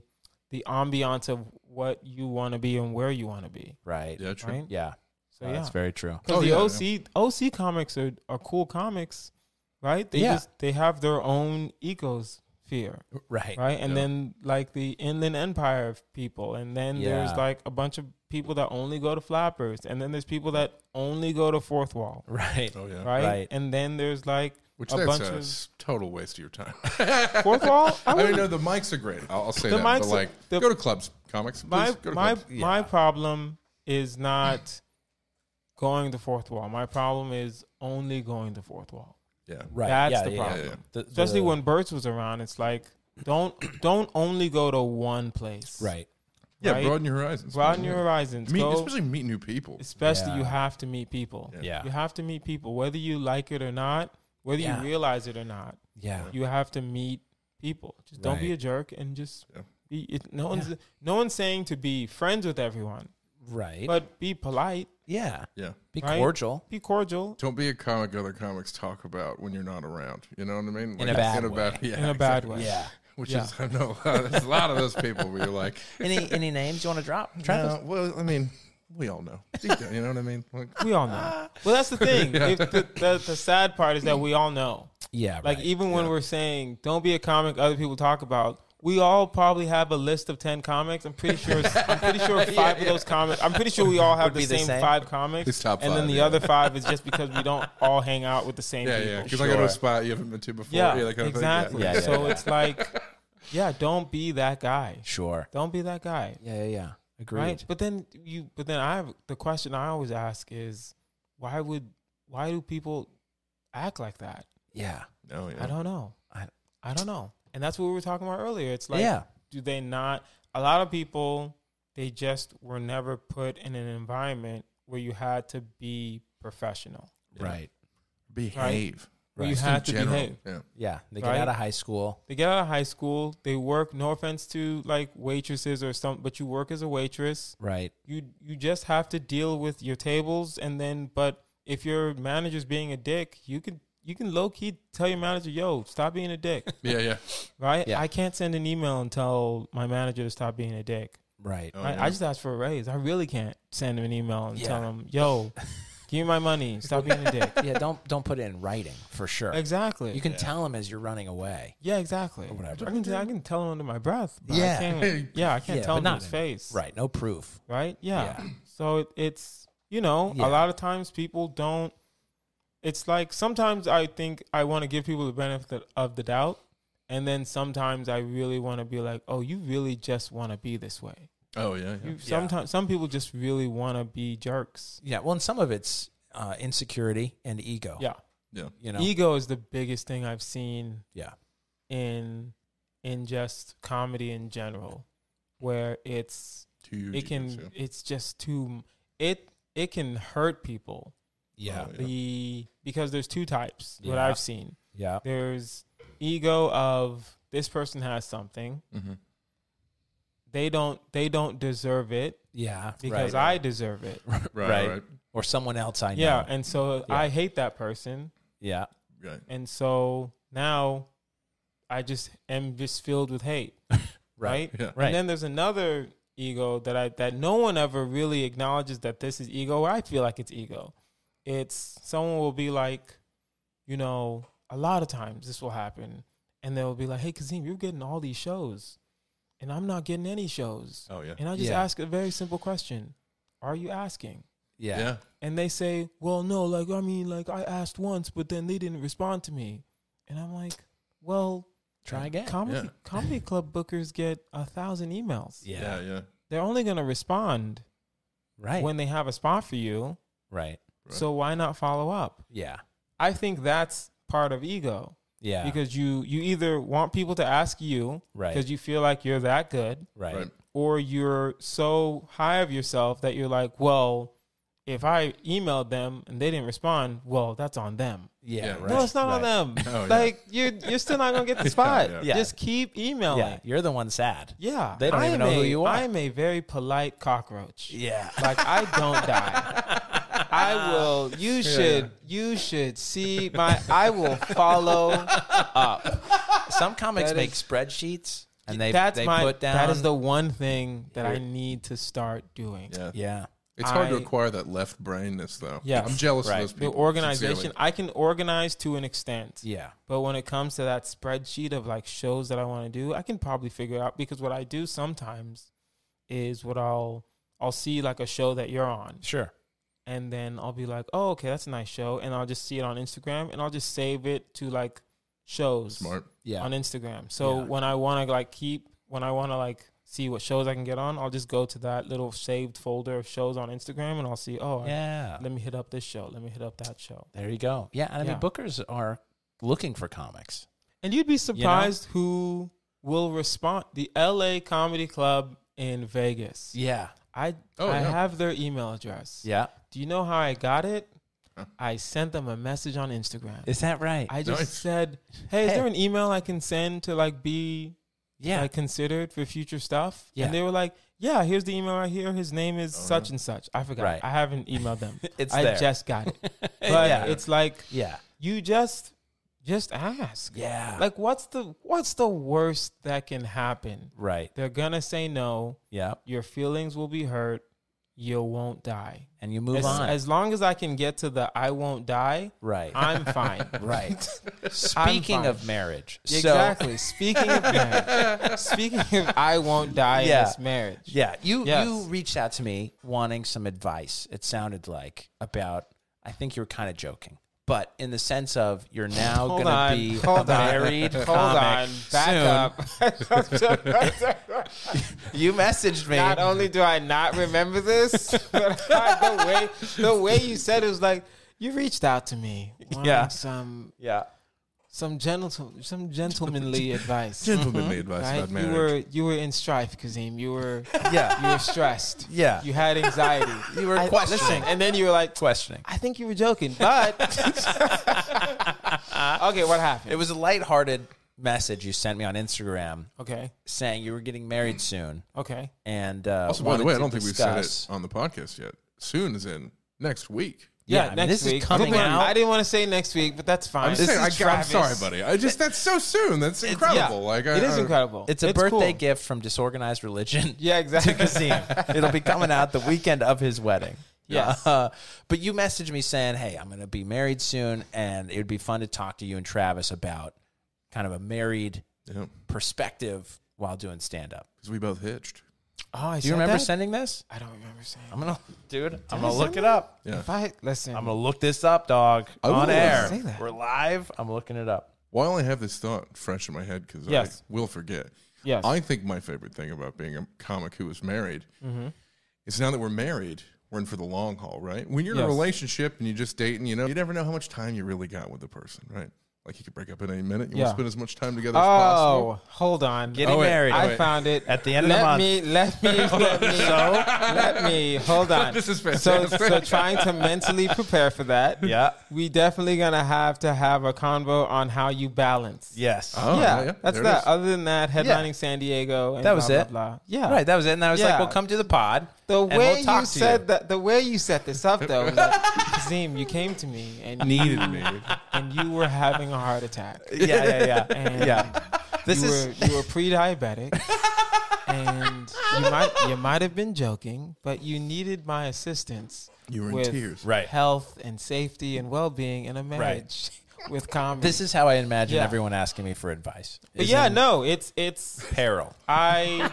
D: the ambiance of what you want to be and where you want to be.
C: Right.
E: Yeah, true.
D: Right?
C: Yeah.
D: So
C: Uh,
D: yeah,
C: That's very true.
E: Oh,
D: because
E: yeah,
D: the OC OC comics are, are cool comics, right? They
C: Yeah.
D: just they have their own ecosphere,
C: Right.
D: right? And
E: Yeah.
D: then like the Inland Empire of people, and then
C: Yeah.
D: there's like a bunch of people that only go to Flappers, and then there's people that only go to Fourth Wall,
C: Right.
E: Oh yeah.
D: right?
C: Right.
D: And then there's like
E: Which
D: a
E: that's
D: bunch
E: a
D: of
E: s- total waste of your time.
D: Fourth Wall.
E: I mean,
D: wouldn't-
E: no, the mics are great. I'll, I'll say
D: The
E: that.
D: mics
E: but
D: are-
E: like,
D: the-
E: go to clubs, comics. Please
D: my
E: go to
D: my
E: clubs.
D: my problem is not going the fourth wall. My problem is only going the fourth wall.
E: Yeah.
C: Right.
D: That's
C: yeah,
D: the
C: yeah,
D: problem.
E: Yeah, yeah.
C: The-
D: Especially
C: the-
D: when Birch was around, it's like don't don't only go to one place.
C: Right.
E: Yeah.
D: right?
E: Broaden your horizons.
D: Broaden your
E: Yeah.
D: horizons.
E: Meet,
D: Go-
E: especially meet new people.
D: especially you
C: Yeah.
D: have to meet people.
C: Yeah.
D: You have to meet people, whether you like it or not, whether
C: Yeah.
D: you realize it or not.
C: Yeah.
D: You have to meet people. Just don't be
C: Right.
D: a jerk and just
E: Yeah.
D: be. It, no one's no one's saying to be friends with everyone,
C: Right.
D: but be polite,
C: yeah.
E: Yeah.
C: Be
D: Right?
C: cordial.
D: be cordial,
E: Don't be a comic other comics talk about when you're not around. You know what I mean?
C: In a bad way.
E: yeah,
D: in a bad
E: exactly.
D: way.
C: Yeah.
E: Which
D: Yeah.
E: is, I know, there's a lot of those people where you're like,
C: Any any names you want to drop? Travis.
E: no, Uh, well, I mean, we all know. Deep down, You know what I mean? Like,
D: We all know. Well, that's the thing. If the, the, the sad part is that we all know.
C: Yeah.
D: Like,
C: right.
D: even when we're saying, don't be a comic other people talk about, we all probably have a list of 10 comics. I'm pretty sure I'm pretty sure five of those comics. I'm pretty sure we all have
C: Would
D: the
C: be the
D: same,
C: same.
D: five comics.
E: It's top
D: and then
E: five,
D: the
E: yeah.
D: other five is just because we don't all hang out with the same
E: yeah,
D: people.
E: yeah. Because I go to
C: Sure.
E: a spot you haven't been to before.
D: Yeah,
E: that kind of thing.
D: exactly.
C: Yeah, yeah,
D: so
C: yeah.
D: it's like, yeah, don't be that guy.
C: sure.
D: Don't be that guy.
C: Yeah. Yeah. Yeah. Agreed.
D: Right. But then you but then I have the question I always ask is why would why do people act like that?
C: Yeah.
E: Oh, yeah.
D: I don't know.
C: I-
D: I don't know. And that's what we were talking about earlier. It's like
C: yeah.
D: do they not a lot of people they just were never put in an environment where you had to be professional.
C: Right.
E: Behave.
D: Where you
E: Just in
D: had to
E: general.
D: behave.
E: Yeah.
C: Yeah. They get
D: Right?
C: out of high school.
D: They get out of high school, they work, no offense to like waitresses or some but you work as a waitress.
C: Right.
D: you you just have to deal with your tables and then but if your manager's being a dick you can you can low key tell your manager yo stop being a dick
E: Yeah, yeah.
D: right
C: Yeah.
D: i can't send an email and tell my manager to stop being a dick
C: Right.
E: Oh,
D: I,
E: yeah.
D: I just asked for a raise i really can't send him an email and tell
C: Mm-hmm. Yeah.
D: him yo give me my money stop being a dick
C: yeah. Don't don't put it in writing for sure.
D: exactly
C: You can tell them as you're running away.
D: yeah exactly
C: whatever.
D: i can, I can tell him under my breath but
C: Yeah.
D: I can't, yeah i can't
C: Yeah,
D: tell
C: but
D: him in
C: not
D: his
C: in-
D: face
C: Right. No proof.
D: right? Yeah.
C: Yeah.
D: So it, it's you know
C: Yeah.
D: a lot of times people don't. It's like sometimes I think I want to give people the benefit of the doubt, and then sometimes I really want to be like, oh, you really just want to be this way.
E: Oh, yeah, yeah.
D: You sometimes some people just really want to be jerks.
C: Yeah. Well, and some of it's uh, insecurity and ego.
D: Yeah, E-
E: Yeah.
C: You know.
D: ego is the biggest thing I've seen
C: yeah.
D: in in just comedy in general, where it's
E: Huge
D: it can
E: egos, yeah.
D: it's just too it it can hurt people
C: Yeah.
E: Oh,
D: the because there's two types what
C: Yeah.
D: I've seen.
C: Yeah.
D: There's ego of this person has something.
E: Mhm.
D: They don't they don't deserve it
C: Yeah.
D: because
C: right.
D: I deserve it.
E: Right,
C: Right.
E: right, right.
C: or someone else I know.
D: Yeah, and so
C: Yeah.
D: I hate that person.
C: Yeah.
D: And so now I just am just filled with hate, right?
E: Yeah.
C: Right.
D: And then there's another ego that I that no one ever really acknowledges that this is ego. I feel like it's ego. It's someone will be like, you know, a lot of times this will happen, and they'll be like, "Hey, Kazim, you're getting all these shows, and I'm not getting any shows."
E: Oh, yeah.
D: And I just
C: Yeah.
D: ask a very simple question: Are you asking?
C: Yeah.
E: yeah.
D: and they say, "Well, no, like I mean, like I asked once, but then they didn't respond to me," and I'm like, "Well,
C: Try again.
D: comedy
E: Yeah.
D: comedy club bookers get a thousand emails.
C: yeah.
E: Yeah, yeah.
D: They're only gonna respond
C: Right.
D: when they have a spot for you.
C: right.
E: Right.
D: So why not follow up?
C: Yeah.
D: I think that's part of ego
C: Yeah.
D: because you you either want people to ask you
C: Right.
D: because you feel like you're that good,
C: right.
E: Right.
D: or you're so high of yourself that you're like, well. If I emailed them and they didn't respond, well, that's on them.
C: Yeah.
E: Yeah.
C: Right.
D: No, it's not
C: right.
D: on them.
E: Oh, yeah.
D: like you're you're still not gonna get the spot.
E: Yeah,
C: yeah.
D: Just keep emailing.
C: Yeah.
D: Yeah,
C: You're the one sad. They don't
D: I
C: even
D: am
C: know who
D: a-
C: you are.
D: I am a very polite cockroach.
C: Yeah.
D: Like I don't die. I will. You should. You should see my. I will follow.
C: Some comics
D: That
C: make
D: is-
C: spreadsheets and they
D: that's
C: they
D: my
C: put down
D: that is the one thing that I
C: Yeah.
D: need to start doing.
E: Yeah.
C: yeah.
E: It's hard to
D: I-
E: acquire that left brainness though.
D: Yes.
E: I'm jealous
C: Right.
E: of those
D: The
E: people.
D: organization,
E: sincerely.
D: I can organize to an extent.
C: Yeah.
D: But when it comes to that spreadsheet of like shows that I want to do, I can probably figure it out because what I do sometimes is what I'll I'll see like a show that you're on
C: Sure.
D: and then I'll be like, "Oh, okay, that's a nice show." And I'll just see it on Instagram and I'll just save it to like shows
E: Smart.
C: Yeah.
D: on Instagram. So
C: Yeah.
D: when I want to like keep when I want to like see what shows I can get on, I'll just go to that little saved folder of shows on Instagram and I'll see, "Oh, I-
C: yeah.
D: let me hit up this show, let me hit up that show."
C: There you go. Yeah. And I
D: Yeah.
C: mean, bookers are looking for comics.
D: And you'd be surprised who will respond. The LA Comedy Club in Vegas.
C: Yeah.
D: I
E: Oh,
D: I
E: yeah.
D: have their email address.
C: Yeah.
D: Do you know how I got it?
E: Huh.
D: I sent them a message on Instagram.
C: Is that right?
D: I just
E: Nice.
D: said, "Hey, is
C: Hey.
D: there an email I can send to like be
C: yeah.
D: like considered for future stuff?"
C: Yeah.
D: And they were like, "Yeah, here's the email right here. His name is
E: Oh,
D: such
E: yeah.
D: and such." I forgot.
C: Right.
D: I haven't emailed them.
C: it's
D: I
C: there.
D: just got it. But
C: yeah.
D: it's like
C: yeah.
D: you just just ask.
C: Yeah.
D: Like what's the what's the worst that can happen?
C: right.
D: They're gonna say no.
C: Yeah.
D: Your feelings will be hurt. You won't die.
C: And you move
D: As,
C: on.
D: as long as I can get to the I won't die,
C: right.
D: I'm fine.
C: right. Speaking
D: fine.
C: of marriage. so-
D: exactly. Speaking of marriage, speaking of I won't die
C: Yeah.
D: in this marriage.
C: Yeah, you
D: Yes.
C: you reached out to me wanting some advice. It sounded like about I think you were kind of joking, but in the sense of you're now
D: Hold
C: going to
D: on,
C: be
D: hold
C: a
D: on,
C: married
D: hold
C: comic
D: on, back up.
C: soon. You messaged me.
D: not only do I not remember this, but I, the way the way you said it was like you reached out to me, wanting
C: Yeah.
D: some
C: yeah,
D: some gentle some gentlemanly advice.
E: Gentlemanly advice
D: Right?
E: about
D: You
E: marriage.
D: were you were in strife, Kazim. You were you
C: yeah,
D: were stressed.
C: Yeah.
D: You had anxiety.
C: You were
D: I-
C: questioning.
D: listen, and then you were like,
C: questioning.
D: I think you were joking, but okay, what happened?
C: It was a lighthearted message you sent me on Instagram
D: okay,
C: saying you were getting married soon,
D: okay.
C: and uh,
E: Also, by the
C: wanted
E: way, I
C: to
E: don't think we've said it
C: discuss-
E: on the podcast yet. Soon is in next week.
C: Yeah, I mean, this is coming
D: I didn't-
C: out.
D: I didn't want to say next week, but that's fine.
E: I'm,
C: This
E: saying, I,
C: is
E: am
D: Travis.
E: sorry, buddy. I just that's so soon. That's incredible.
D: Yeah,
E: like I,
D: it is
E: I-
D: incredible.
C: uh, It's a birthday
D: cool.
C: gift from disorganized religion.
D: Yeah, exactly.
C: to Kazim. It'll be coming out the weekend of his wedding.
D: Yes.
C: Uh, but you messaged me saying, "Hey, I'm going to be married soon, and it would be fun to talk to you and Travis about kind of a married
E: Yeah,
C: perspective while doing stand up."
E: because we both hitched.
D: Oh, I
C: Do you remember
D: that?
C: sending this?
D: I don't remember saying.
C: I'm gonna, dude. I'm
D: I
C: gonna look
D: send
C: it up.
E: Yeah.
D: If I listen,
C: I'm gonna look this up, dog.
E: I
C: on
E: will
C: air,
D: say that.
C: we're live. I'm looking it up.
E: Why only have this thought fresh in my head because
D: Yes.
E: I will forget.
D: yes,
E: I think my favorite thing about being a comic who is married
D: Mm-hmm.
E: is now that we're married, we're in for the long haul, right? When you're in a
D: Yes.
E: relationship and you're just dating, you know, you never know how much time you really got with the person, right? Like you could break up at any minute. You
D: Yeah.
E: want to spend as much time together as possible.
D: Oh, hold on.
C: Getting
E: Oh, wait.
C: married.
E: Oh,
D: I
E: wait.
D: found it
C: At the end of
D: let
C: the month.
D: Me, let me, let me, let me, hold on.
E: This is
D: So,
E: fantastic.
D: so trying to mentally prepare for that.
C: Yeah.
D: We definitely gonna have to have a convo on how you balance.
C: Yes.
E: Oh,
D: yeah, that's
E: there it
D: that.
E: is.
D: Other than that, headlining San Diego. And
C: That was
D: blah,
C: it.
D: Blah, blah. Yeah,
C: Right. That was it. And I was like,
D: Yeah.
C: "Well, come to the pod."
D: The
C: and
D: way
C: we'll talk
D: you
C: to
D: said that, the way you set this up, though, was like, Kazim, you came to me and
E: Needed
D: you-
E: me.
D: and you were having a heart attack.
C: Yeah, yeah, yeah,
D: And
C: yeah. This
D: you
C: is
D: were, you were pre-diabetic, and you might you might have been joking, but you needed my assistance.
E: You were in
D: with
E: tears.
C: Right.
D: Health and safety and well-being in a marriage with comedy.
C: This is how I imagine
D: Yeah.
C: everyone asking me for advice.
D: but
C: Is
D: yeah,
C: in
D: no, it's it's
C: peril.
D: I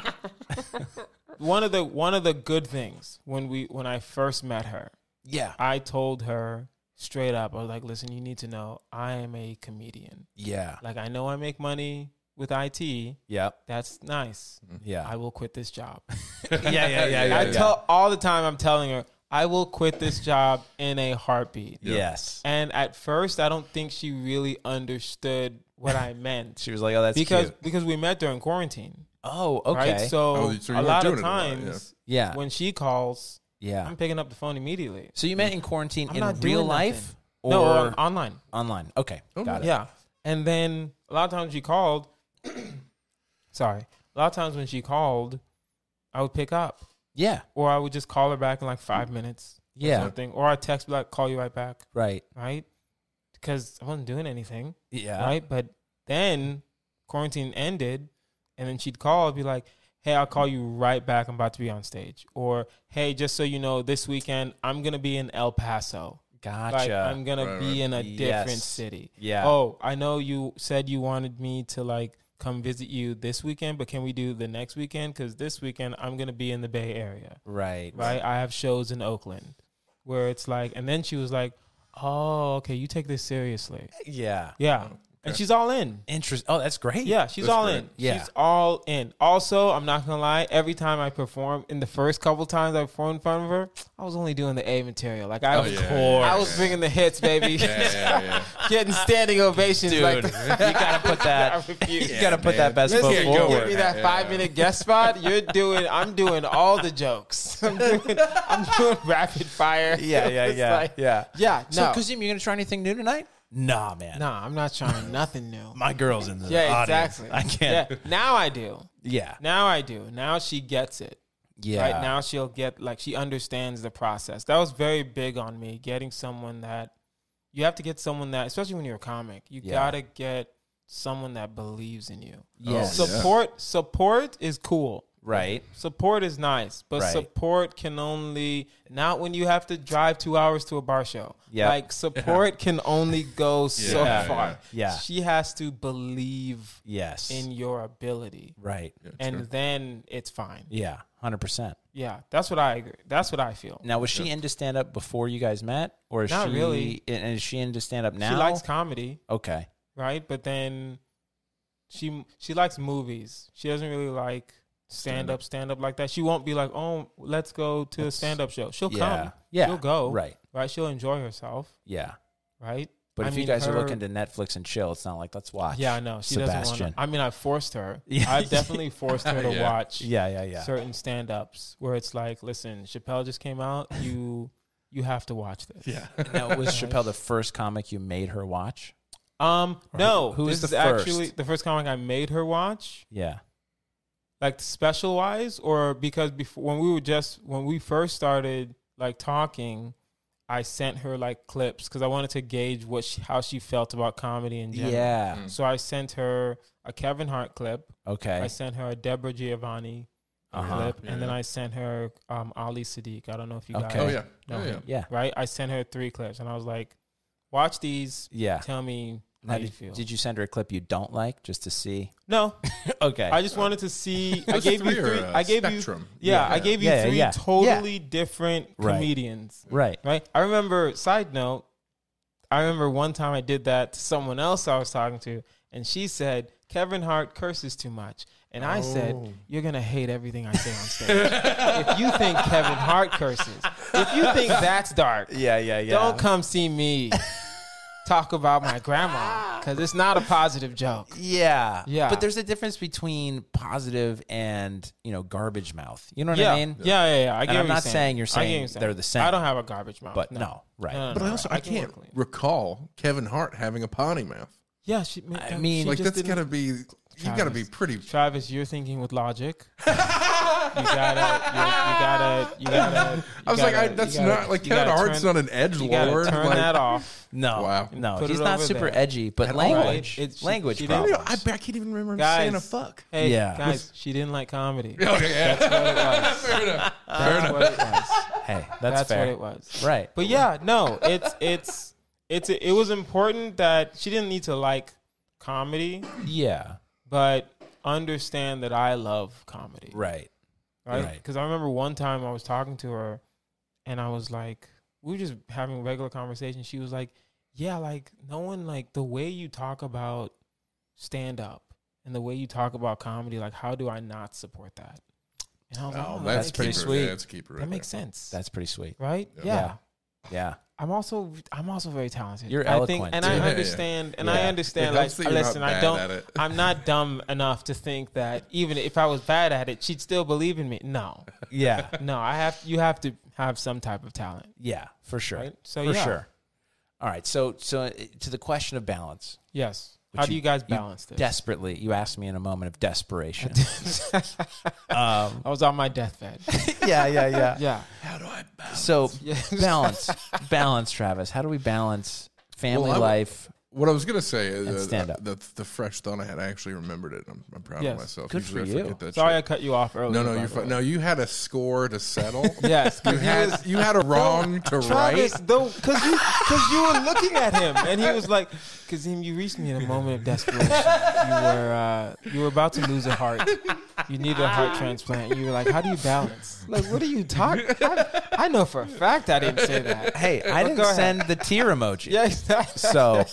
D: one of the one of the good things when we when I first met her,
C: Yeah,
D: I told her straight up, I was like, listen, you need to know I am a comedian.
C: yeah,
D: Like I know I make money with IT.
C: yeah,
D: That's nice.
C: Mm-hmm. yeah,
D: I will quit this job.
C: yeah, yeah, yeah. yeah,
D: I
C: yeah.
D: tell all the time I'm telling her, I will quit this job in a heartbeat.
C: yes.
D: And at first I don't think she really understood what I meant.
C: She was like, "Oh, that's
D: Because
C: cute."
D: because we met during quarantine.
C: Oh, okay.
D: Right? So,
E: Oh, so you
D: a
E: weren't
D: lot
E: doing
D: of
E: it a lot,
D: times
C: yeah,
D: when she calls,
C: yeah.
D: I'm picking up the phone immediately.
C: So you met in quarantine
D: I'm
C: in
D: not
C: real
D: doing
C: life or
D: no, on- online.
C: online? Okay, got it.
D: Yeah. And then a lot of times she called. sorry. A lot of times when she called, I would pick up.
C: Yeah,
D: Or I would just call her back in like five minutes or
C: yeah,
D: something. Or I text like, call you right back,
C: right.
D: right? Because I wasn't doing anything,
C: Yeah,
D: right? But then quarantine ended. and then she'd call and be like, "Hey, I'll call you right back. I'm about to be on stage." Or, "Hey, just so you know, this weekend I'm gonna be in El Paso.
C: Gotcha.
D: Like I'm gonna
E: Right,
D: be
E: right.
D: in a different
C: Yes.
D: city.
C: Yeah.
D: Oh, I know you said you wanted me to like come visit you this weekend, but can we do the next weekend? Because this weekend I'm gonna be in the Bay Area."
C: right.
D: right? I have shows in Oakland where it's like, and then she was like, oh, okay, you take this seriously.
C: Yeah.
D: Yeah. And she's all in.
C: Interest. Oh, that's great.
D: Yeah, she's
E: That's
D: all
E: great.
D: in.
C: Yeah.
D: She's all in. Also, I'm not going to lie, every time I perform, in the first couple times I performed in front of her, I was only doing the A material. Like, I,
E: Oh,
D: was,
E: yeah, yeah,
D: I was
E: yeah.
D: bringing the hits, baby.
E: Yeah, yeah, yeah.
D: Getting standing ovations.
C: Dude,
D: Like,
C: you gotta put that.
D: I refuse.
C: you gotta put that best
E: Let's
C: foot
E: get going.
C: forward.
D: Give me that
E: Yeah.
D: five minute guest spot. You're doing. I'm doing all the jokes. I'm doing. I'm doing rapid fire.
C: Yeah, yeah,
D: It's
C: yeah,
D: like-
C: yeah.
D: yeah.
C: So,
D: No,
C: Kazim, you gonna try anything new tonight? Nah, man.
D: nah. I'm not trying nothing new.
C: My girl's in the
D: Yeah,
C: audience.
D: exactly.
C: I can't.
D: Yeah. Now I do.
C: Yeah, yeah.
D: Now I do. Now she gets it. Right now she'll get like she understands the process. That was very big on me getting someone that you have to get someone that especially when you're a comic, you
C: Yeah.
D: gotta get someone that believes in you.
C: Yes.
E: Oh, yeah.
D: Support support is cool.
C: Right.
D: Support is nice, but
C: Right.
D: support can only not when you have to drive two hours to a bar show.
C: Yeah.
D: Like support can only go so
E: Yeah,
D: far.
C: yeah. Yeah.
D: She has to believe
C: Yes.
D: in your ability.
C: right.
D: And then it's fine.
C: Yeah. Hundred percent.
D: Yeah. That's what I agree. That's what I feel.
C: Now, was she into stand up before you guys met, or is
D: Not
C: she
D: really.
C: And and is she into stand up now?
D: She likes comedy,
C: okay.
D: right? But then she she likes movies. She doesn't really like stand up, stand up like that. She won't be like, "Oh, let's go to a stand up show." She'll
C: yeah.
D: come.
C: Yeah.
D: She'll go.
C: Right.
D: Right? She'll enjoy herself,
C: Yeah.
D: right?
C: But
D: I
C: if you
D: mean,
C: guys are
D: her-
C: looking to Netflix and chill, it's not like let's watch.
D: Yeah, I know. She doesn't
C: Sebastian.
D: want to. I mean, I forced her.
C: Yeah.
D: I've definitely forced her to
E: Yeah.
D: watch
C: yeah. Yeah. Yeah.
D: certain stand ups where it's like, listen, Chappelle just came out. You you have to watch this.
E: Yeah.
C: now,
E: Oh,
C: was Chappelle the first comic you made her watch?
D: Um, no.
C: who
D: this
C: is the
D: actually
C: first?
D: the first comic I made her watch,
C: Yeah.
D: like special wise, or because before when we were just when we first started like talking, I sent her like clips because I wanted to gauge what she, how she felt about comedy in general.
C: Yeah.
D: So I sent her a Kevin Hart clip. I
C: Okay.
D: sent her a Deborah Giovanni
C: Uh-huh.
D: clip,
E: Yeah.
D: and then I sent her um, Ali Sadiq. I don't know if you guys
C: Okay.
E: Oh yeah.
D: know
E: Oh, yeah.
D: him,
C: Yeah.
D: right? I sent her three clips, and I was like, "Watch these.
C: Yeah.
D: Tell me
C: Now,
D: how you
C: did,
D: feel."
C: did you send her a clip you don't like just to see?
D: no,
C: okay.
D: I just wanted to see. I
E: Those
D: gave you
E: three are,
D: three.
E: uh,
D: I gave
E: spectrum.
D: you. Yeah,
E: Yeah.
D: I gave you
C: Yeah, yeah,
D: three
C: yeah.
D: totally different
C: Right.
D: comedians.
C: right.
D: Right. I remember. Side note. I remember one time I did that to someone else I was talking to, and she said Kevin Hart curses too much, and I said you're gonna hate everything I say on stage if you think Kevin Hart curses. If you think that's dark,
C: Yeah. Yeah. Yeah.
D: don't come see me talk about my grandma because it's not a positive joke.
C: Yeah.
D: Yeah.
C: But there's a difference between positive and, you know, garbage mouth. You know what I
D: yeah.
C: mean?
D: Yeah, yeah, yeah. I get
C: I'm
D: what
C: not saying you're
D: I get what
C: saying they're the same.
D: I don't have a garbage mouth.
C: But no, right.
E: But I also I,
D: can
E: can't
D: work clean.
E: recall Kevin Hart having a potty mouth.
D: Yeah, she,
C: I mean,
E: like
D: just
E: that's
D: didn't-
E: gotta be you gotta be
D: Travis.
E: pretty.
D: Travis, you're thinking with logic. you gotta, you, you gotta, you gotta. you
E: I was like, I,
D: gotta-
E: that's
D: you gotta-
E: not like
D: you gotta
E: Kevin Hart's
D: turn-
E: not an edge
D: You gotta
E: lord.
D: turn
E: like,
D: that off.
C: No.
E: Wow.
C: No.
D: Put
C: he's
D: it
C: not
D: over
C: super
D: there.
C: edgy, but
E: At all.
C: language.
D: It- she-
C: language
D: she didn't-
E: I,
C: problems.
E: don't know, I, I can't even remember him
D: Guys.
E: saying a fuck.
D: Hey,
C: Yeah.
D: guys, she didn't like comedy. That's
E: Okay, yeah.
D: what it was.
E: Fair enough.
D: That's what it was.
C: hey, that's,
D: That's
C: fair.
D: what it was.
C: Right.
D: But yeah, no, it's it's it's it was important that she didn't need to like comedy,
C: yeah.
D: but understand that I love comedy,
C: Right.
D: right?
C: right.
D: Because I remember one time I was talking to her, and I was like, we were just having a regular conversation. She was like, "Yeah, like no one like the way you talk about stand up and the way you talk about comedy. Like, how do I not support that?" And I was like,
E: Oh,
D: "Oh,
E: that's
D: that
E: pretty
D: makes-
E: sweet. Yeah, that's a keeper.
D: That makes sense,
C: That's pretty sweet.
D: right?
E: Yeah.
D: yeah.
C: Yeah.
D: I'm also I'm also very talented.
C: You're
D: I
C: eloquent,
D: and
E: dude.
D: I
E: Yeah, yeah.
D: understand and I
C: Yeah.
D: understand
E: It
D: like
E: helps that you're not
D: listen, I
E: bad at
D: don't
E: it.
D: I'm not dumb enough to think that even if I was bad at it, she'd still believe in me. No.
C: Yeah.
D: No, I have you have to have some type of talent.
C: yeah. For sure.
D: Right? So,
C: for
D: yeah.
C: sure. All right. So, so uh, to the question of balance,
D: Yes. How do you guys balance this?
C: desperately, you asked me in a moment of desperation.
D: I was on my deathbed.
C: yeah. Yeah. Yeah.
D: Yeah.
C: So balance, balance, Travis. How do we balance family
E: Well, I would-
C: life
E: What I was gonna say is
C: And
E: uh,
C: stand up.
E: The, the fresh thought I had, I actually remembered it. I'm, I'm proud
D: Yes.
E: of myself.
C: Good
E: Usually
C: for
E: I
C: you.
E: forget that
D: Sorry, I
E: shit.
D: cut you off earlier.
E: no, no,
D: by
E: you're
D: the
E: fine.
D: way.
E: No, you had a score to settle.
D: Yes,
E: you had you had a wrong to right.
D: Travis, though, because you, cause you were looking at him, and he was like, "Kazim, you reached me in a moment of desperation. You were, uh, you were about to lose a heart. You needed a heart transplant. You were like, how do you balance? Like, what are you talking? I, I know for a fact I didn't say that.
C: Hey, I
D: But
C: didn't
D: Uh, go ahead.
C: send the tear emoji.
D: Yeah, exactly.
C: So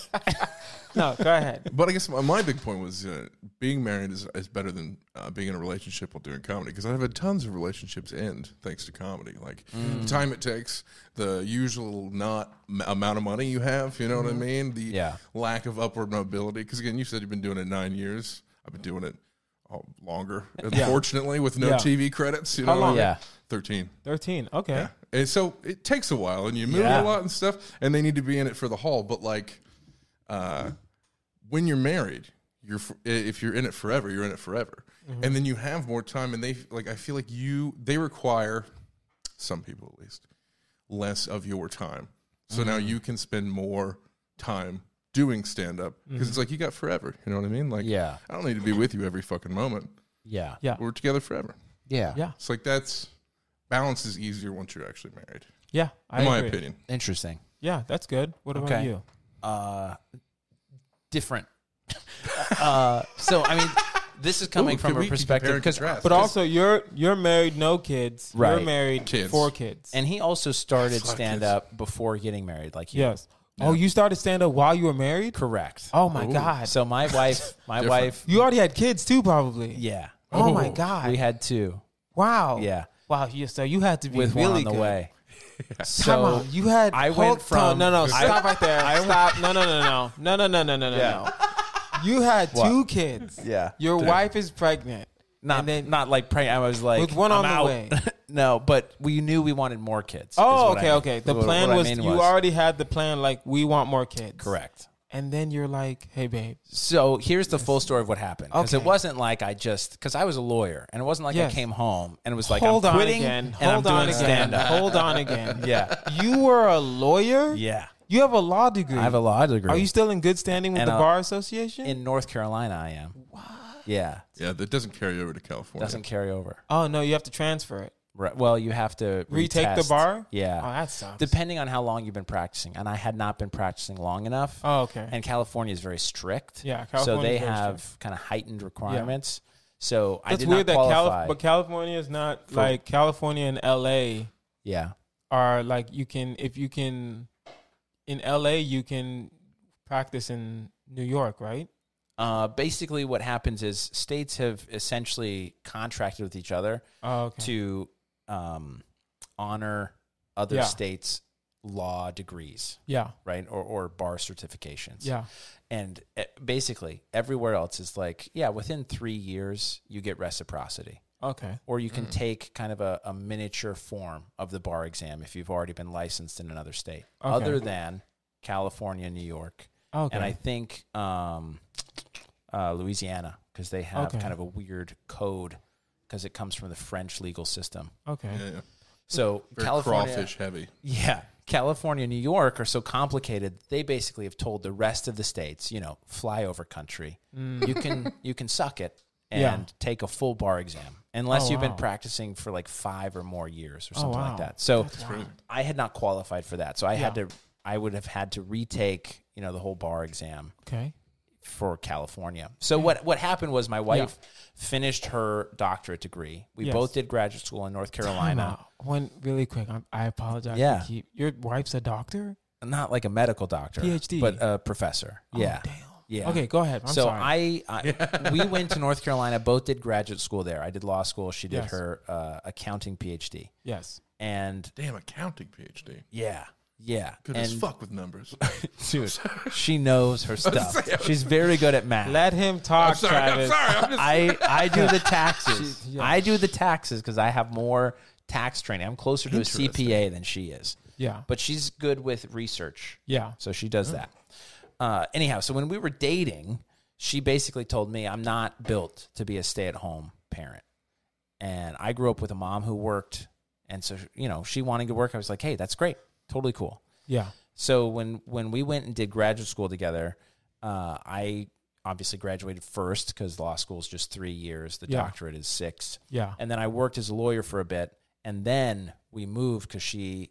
D: no, go ahead.
E: But I guess my, my big point was uh, being married is, is better than uh, being in a relationship while doing comedy because I've had tons of relationships end thanks to comedy. Like
D: Mm.
E: the time it takes, the usual not m- amount of money you have, you know what I
D: Mm-hmm.
E: mean? The
C: Yeah.
E: lack of upward mobility. Because again, you said you've been doing it nine years. I've been doing it uh, longer, unfortunately, with no
D: Yeah.
E: TV credits. You
D: How
E: know what I
D: long?
E: mean?
C: Yeah.
E: 13.
D: Thirteen. Okay.
E: Yeah. And so it takes a while and you move
C: Yeah.
E: a lot and stuff and they need to be in it for the haul. But like, uh, when you're married, you're, f- if you're in it forever, you're in it forever.
C: Mm-hmm.
E: And then you have more time and they like, I feel like you, they require some people at least less of your time. So
C: Mm-hmm.
E: now you can spend more time doing stand up because it's like you got forever. You know what I mean? Like,
C: Mm-hmm. Yeah.
E: I don't need to be with you every fucking moment.
C: yeah.
D: Yeah.
E: We're together forever.
C: Yeah.
D: Yeah.
E: It's like that's balance is easier once you're actually married
D: Yeah. I
E: in my
D: agree.
E: opinion.
C: Interesting.
D: Yeah, that's good. What about
C: Okay.
D: you?
C: Uh different. uh so I mean this is coming
E: Ooh,
C: from
E: can
C: a
E: we
C: perspective
E: compare and
C: because
E: contrast?
D: But also, you're you're married, no kids.
C: Right.
D: You're married,
E: Kids.
D: four kids.
C: and he also started
E: Fuck
C: stand up before getting married like you.
D: yes. Oh, you started stand up while you were married.
C: Correct.
D: Oh my god.
C: So my wife, my
E: Different.
C: wife,
D: You already had kids too, probably.
C: yeah.
D: Oh, my
E: Oh.
D: god!
C: We had two
D: wow.
C: Yeah.
D: Wow. You, so you had to be
C: with
D: really
C: one on the
D: good.
C: way.
D: Come
C: So
D: on. You had.
C: I
D: Hulk
C: went from-
D: No, no.
C: I-
D: Stop right there. stop. No, no, no, no, no, no, no, no, no, no,
C: Yeah.
D: no. You had
C: What?
D: two kids.
C: Yeah.
D: Your wife is pregnant.
C: not
D: and then-
C: not like pregnant. I was like
D: With one
C: I'm
D: on the
C: out.
D: way.
C: no, but we knew we wanted more kids. is
D: Oh,
C: what I
D: okay,
C: mean.
D: okay. The
C: What-
D: plan
C: what I
D: was,
C: mean
D: you already had the plan. Like we want more kids.
C: correct.
D: And then you're like, hey, babe.
C: So here's the full story of what happened because it
D: Okay.
C: wasn't like I just because I was a lawyer and it wasn't like
D: Yes.
C: I came home and it was like
D: hold
C: I'm
D: on
C: quitting
D: again.
C: and
D: Hold
C: I'm
D: on
C: doing
D: again.
C: stand up.
D: Hold on again.
C: Yeah,
D: You were a lawyer.
C: yeah.
D: You have a law degree.
C: I have a law degree.
D: Are you still in good standing with
C: And
D: the
C: a-
D: bar association?
C: in North Carolina? I am. What? Yeah,
E: Yeah, that doesn't carry over to California.
C: doesn't carry over.
D: oh no, you have to transfer it.
C: Right. Well, you have to
D: Retake the
C: retest.
D: bar?
C: Yeah.
D: Oh, that sucks.
C: Depending on how long you've been practicing, and I had not been practicing long enough.
D: Oh, okay.
C: And California is very strict.
D: Yeah,
C: so they
D: California's very
C: have kind of heightened requirements. So I
D: That's
C: did not
D: weird that
C: qualify.
D: Calif- but California is not like California and LA
C: yeah.
D: are like you can if you can in LA you can practice in New York, right?
C: Uh, basically, what happens is states have essentially contracted with each other
D: Oh, okay.
C: to um, honor other
D: Yeah.
C: states' law degrees,
D: yeah.
C: right, or or bar certifications.
D: Yeah.
C: and eh, basically everywhere else is like yeah within three years you get reciprocity
D: Okay.
C: or you
D: Mm.
C: can take kind of a, a miniature form of the bar exam if you've already been licensed in another state
D: Okay.
C: other than california new york
D: Okay.
C: and i think um, uh, louisiana because they have
D: Okay.
C: kind of a weird code because it comes from the french legal system
D: okay.
E: Yeah, yeah.
C: so
E: Very
C: california
E: crawfish heavy.
C: yeah. California, New York are so complicated. They basically have told the rest of the states, you know, flyover country, you can you can suck it and
D: Mm. Yeah.
C: take a full bar exam unless
D: Oh,
C: you've been
D: wow. Oh,
C: practicing for like 5 or more years or something
D: wow.
C: like that. So I had not qualified for that. So I had
D: Yeah.
C: to I would have had to retake, you know, the whole bar exam
D: Okay.
C: for California. So what what happened was my wife finished her doctorate degree. We
D: Yes.
C: both did graduate school in North Carolina.
D: Now, One really quick. I'm, I apologize.
C: Yeah.
D: To keep, your wife's a doctor. Oh,
C: not like a medical doctor,
D: PhD.
C: but a professor. yeah,
D: Oh, damn.
C: yeah.
D: Okay. Go ahead. I'm
C: so
D: sorry.
C: I, I we went to North Carolina. Both did graduate school there. I did law school. She did
D: Yes.
C: her uh, accounting PhD.
D: yes.
C: And
E: Damn, accounting PhD.
C: yeah, yeah,
E: Good
C: and
E: as fuck with numbers.
C: dude, she knows her stuff. She's very good at math.
D: Let him talk,
E: sorry, I'm
D: Travis.
E: sorry. I'm just,
C: I I do the taxes.
D: She- yeah.
C: I do the taxes because I have more tax training. I'm closer to a CPA than she is.
D: Yeah.
C: but she's good with research.
D: Yeah.
C: So she
D: Oh.
C: does that. Uh, anyhow, so when we were dating, she basically told me I'm not built to be a stay at home parent. And I grew up with a mom who worked. And so, you know, she wanted to work. I was like, hey, that's great. Totally cool.
D: Yeah.
C: So when, when we went and did graduate school together, Uh, I obviously graduated first because law school is just three years. The
D: Yeah.
C: doctorate is six.
D: Yeah.
C: And then I worked as a lawyer for a bit, and then we moved because she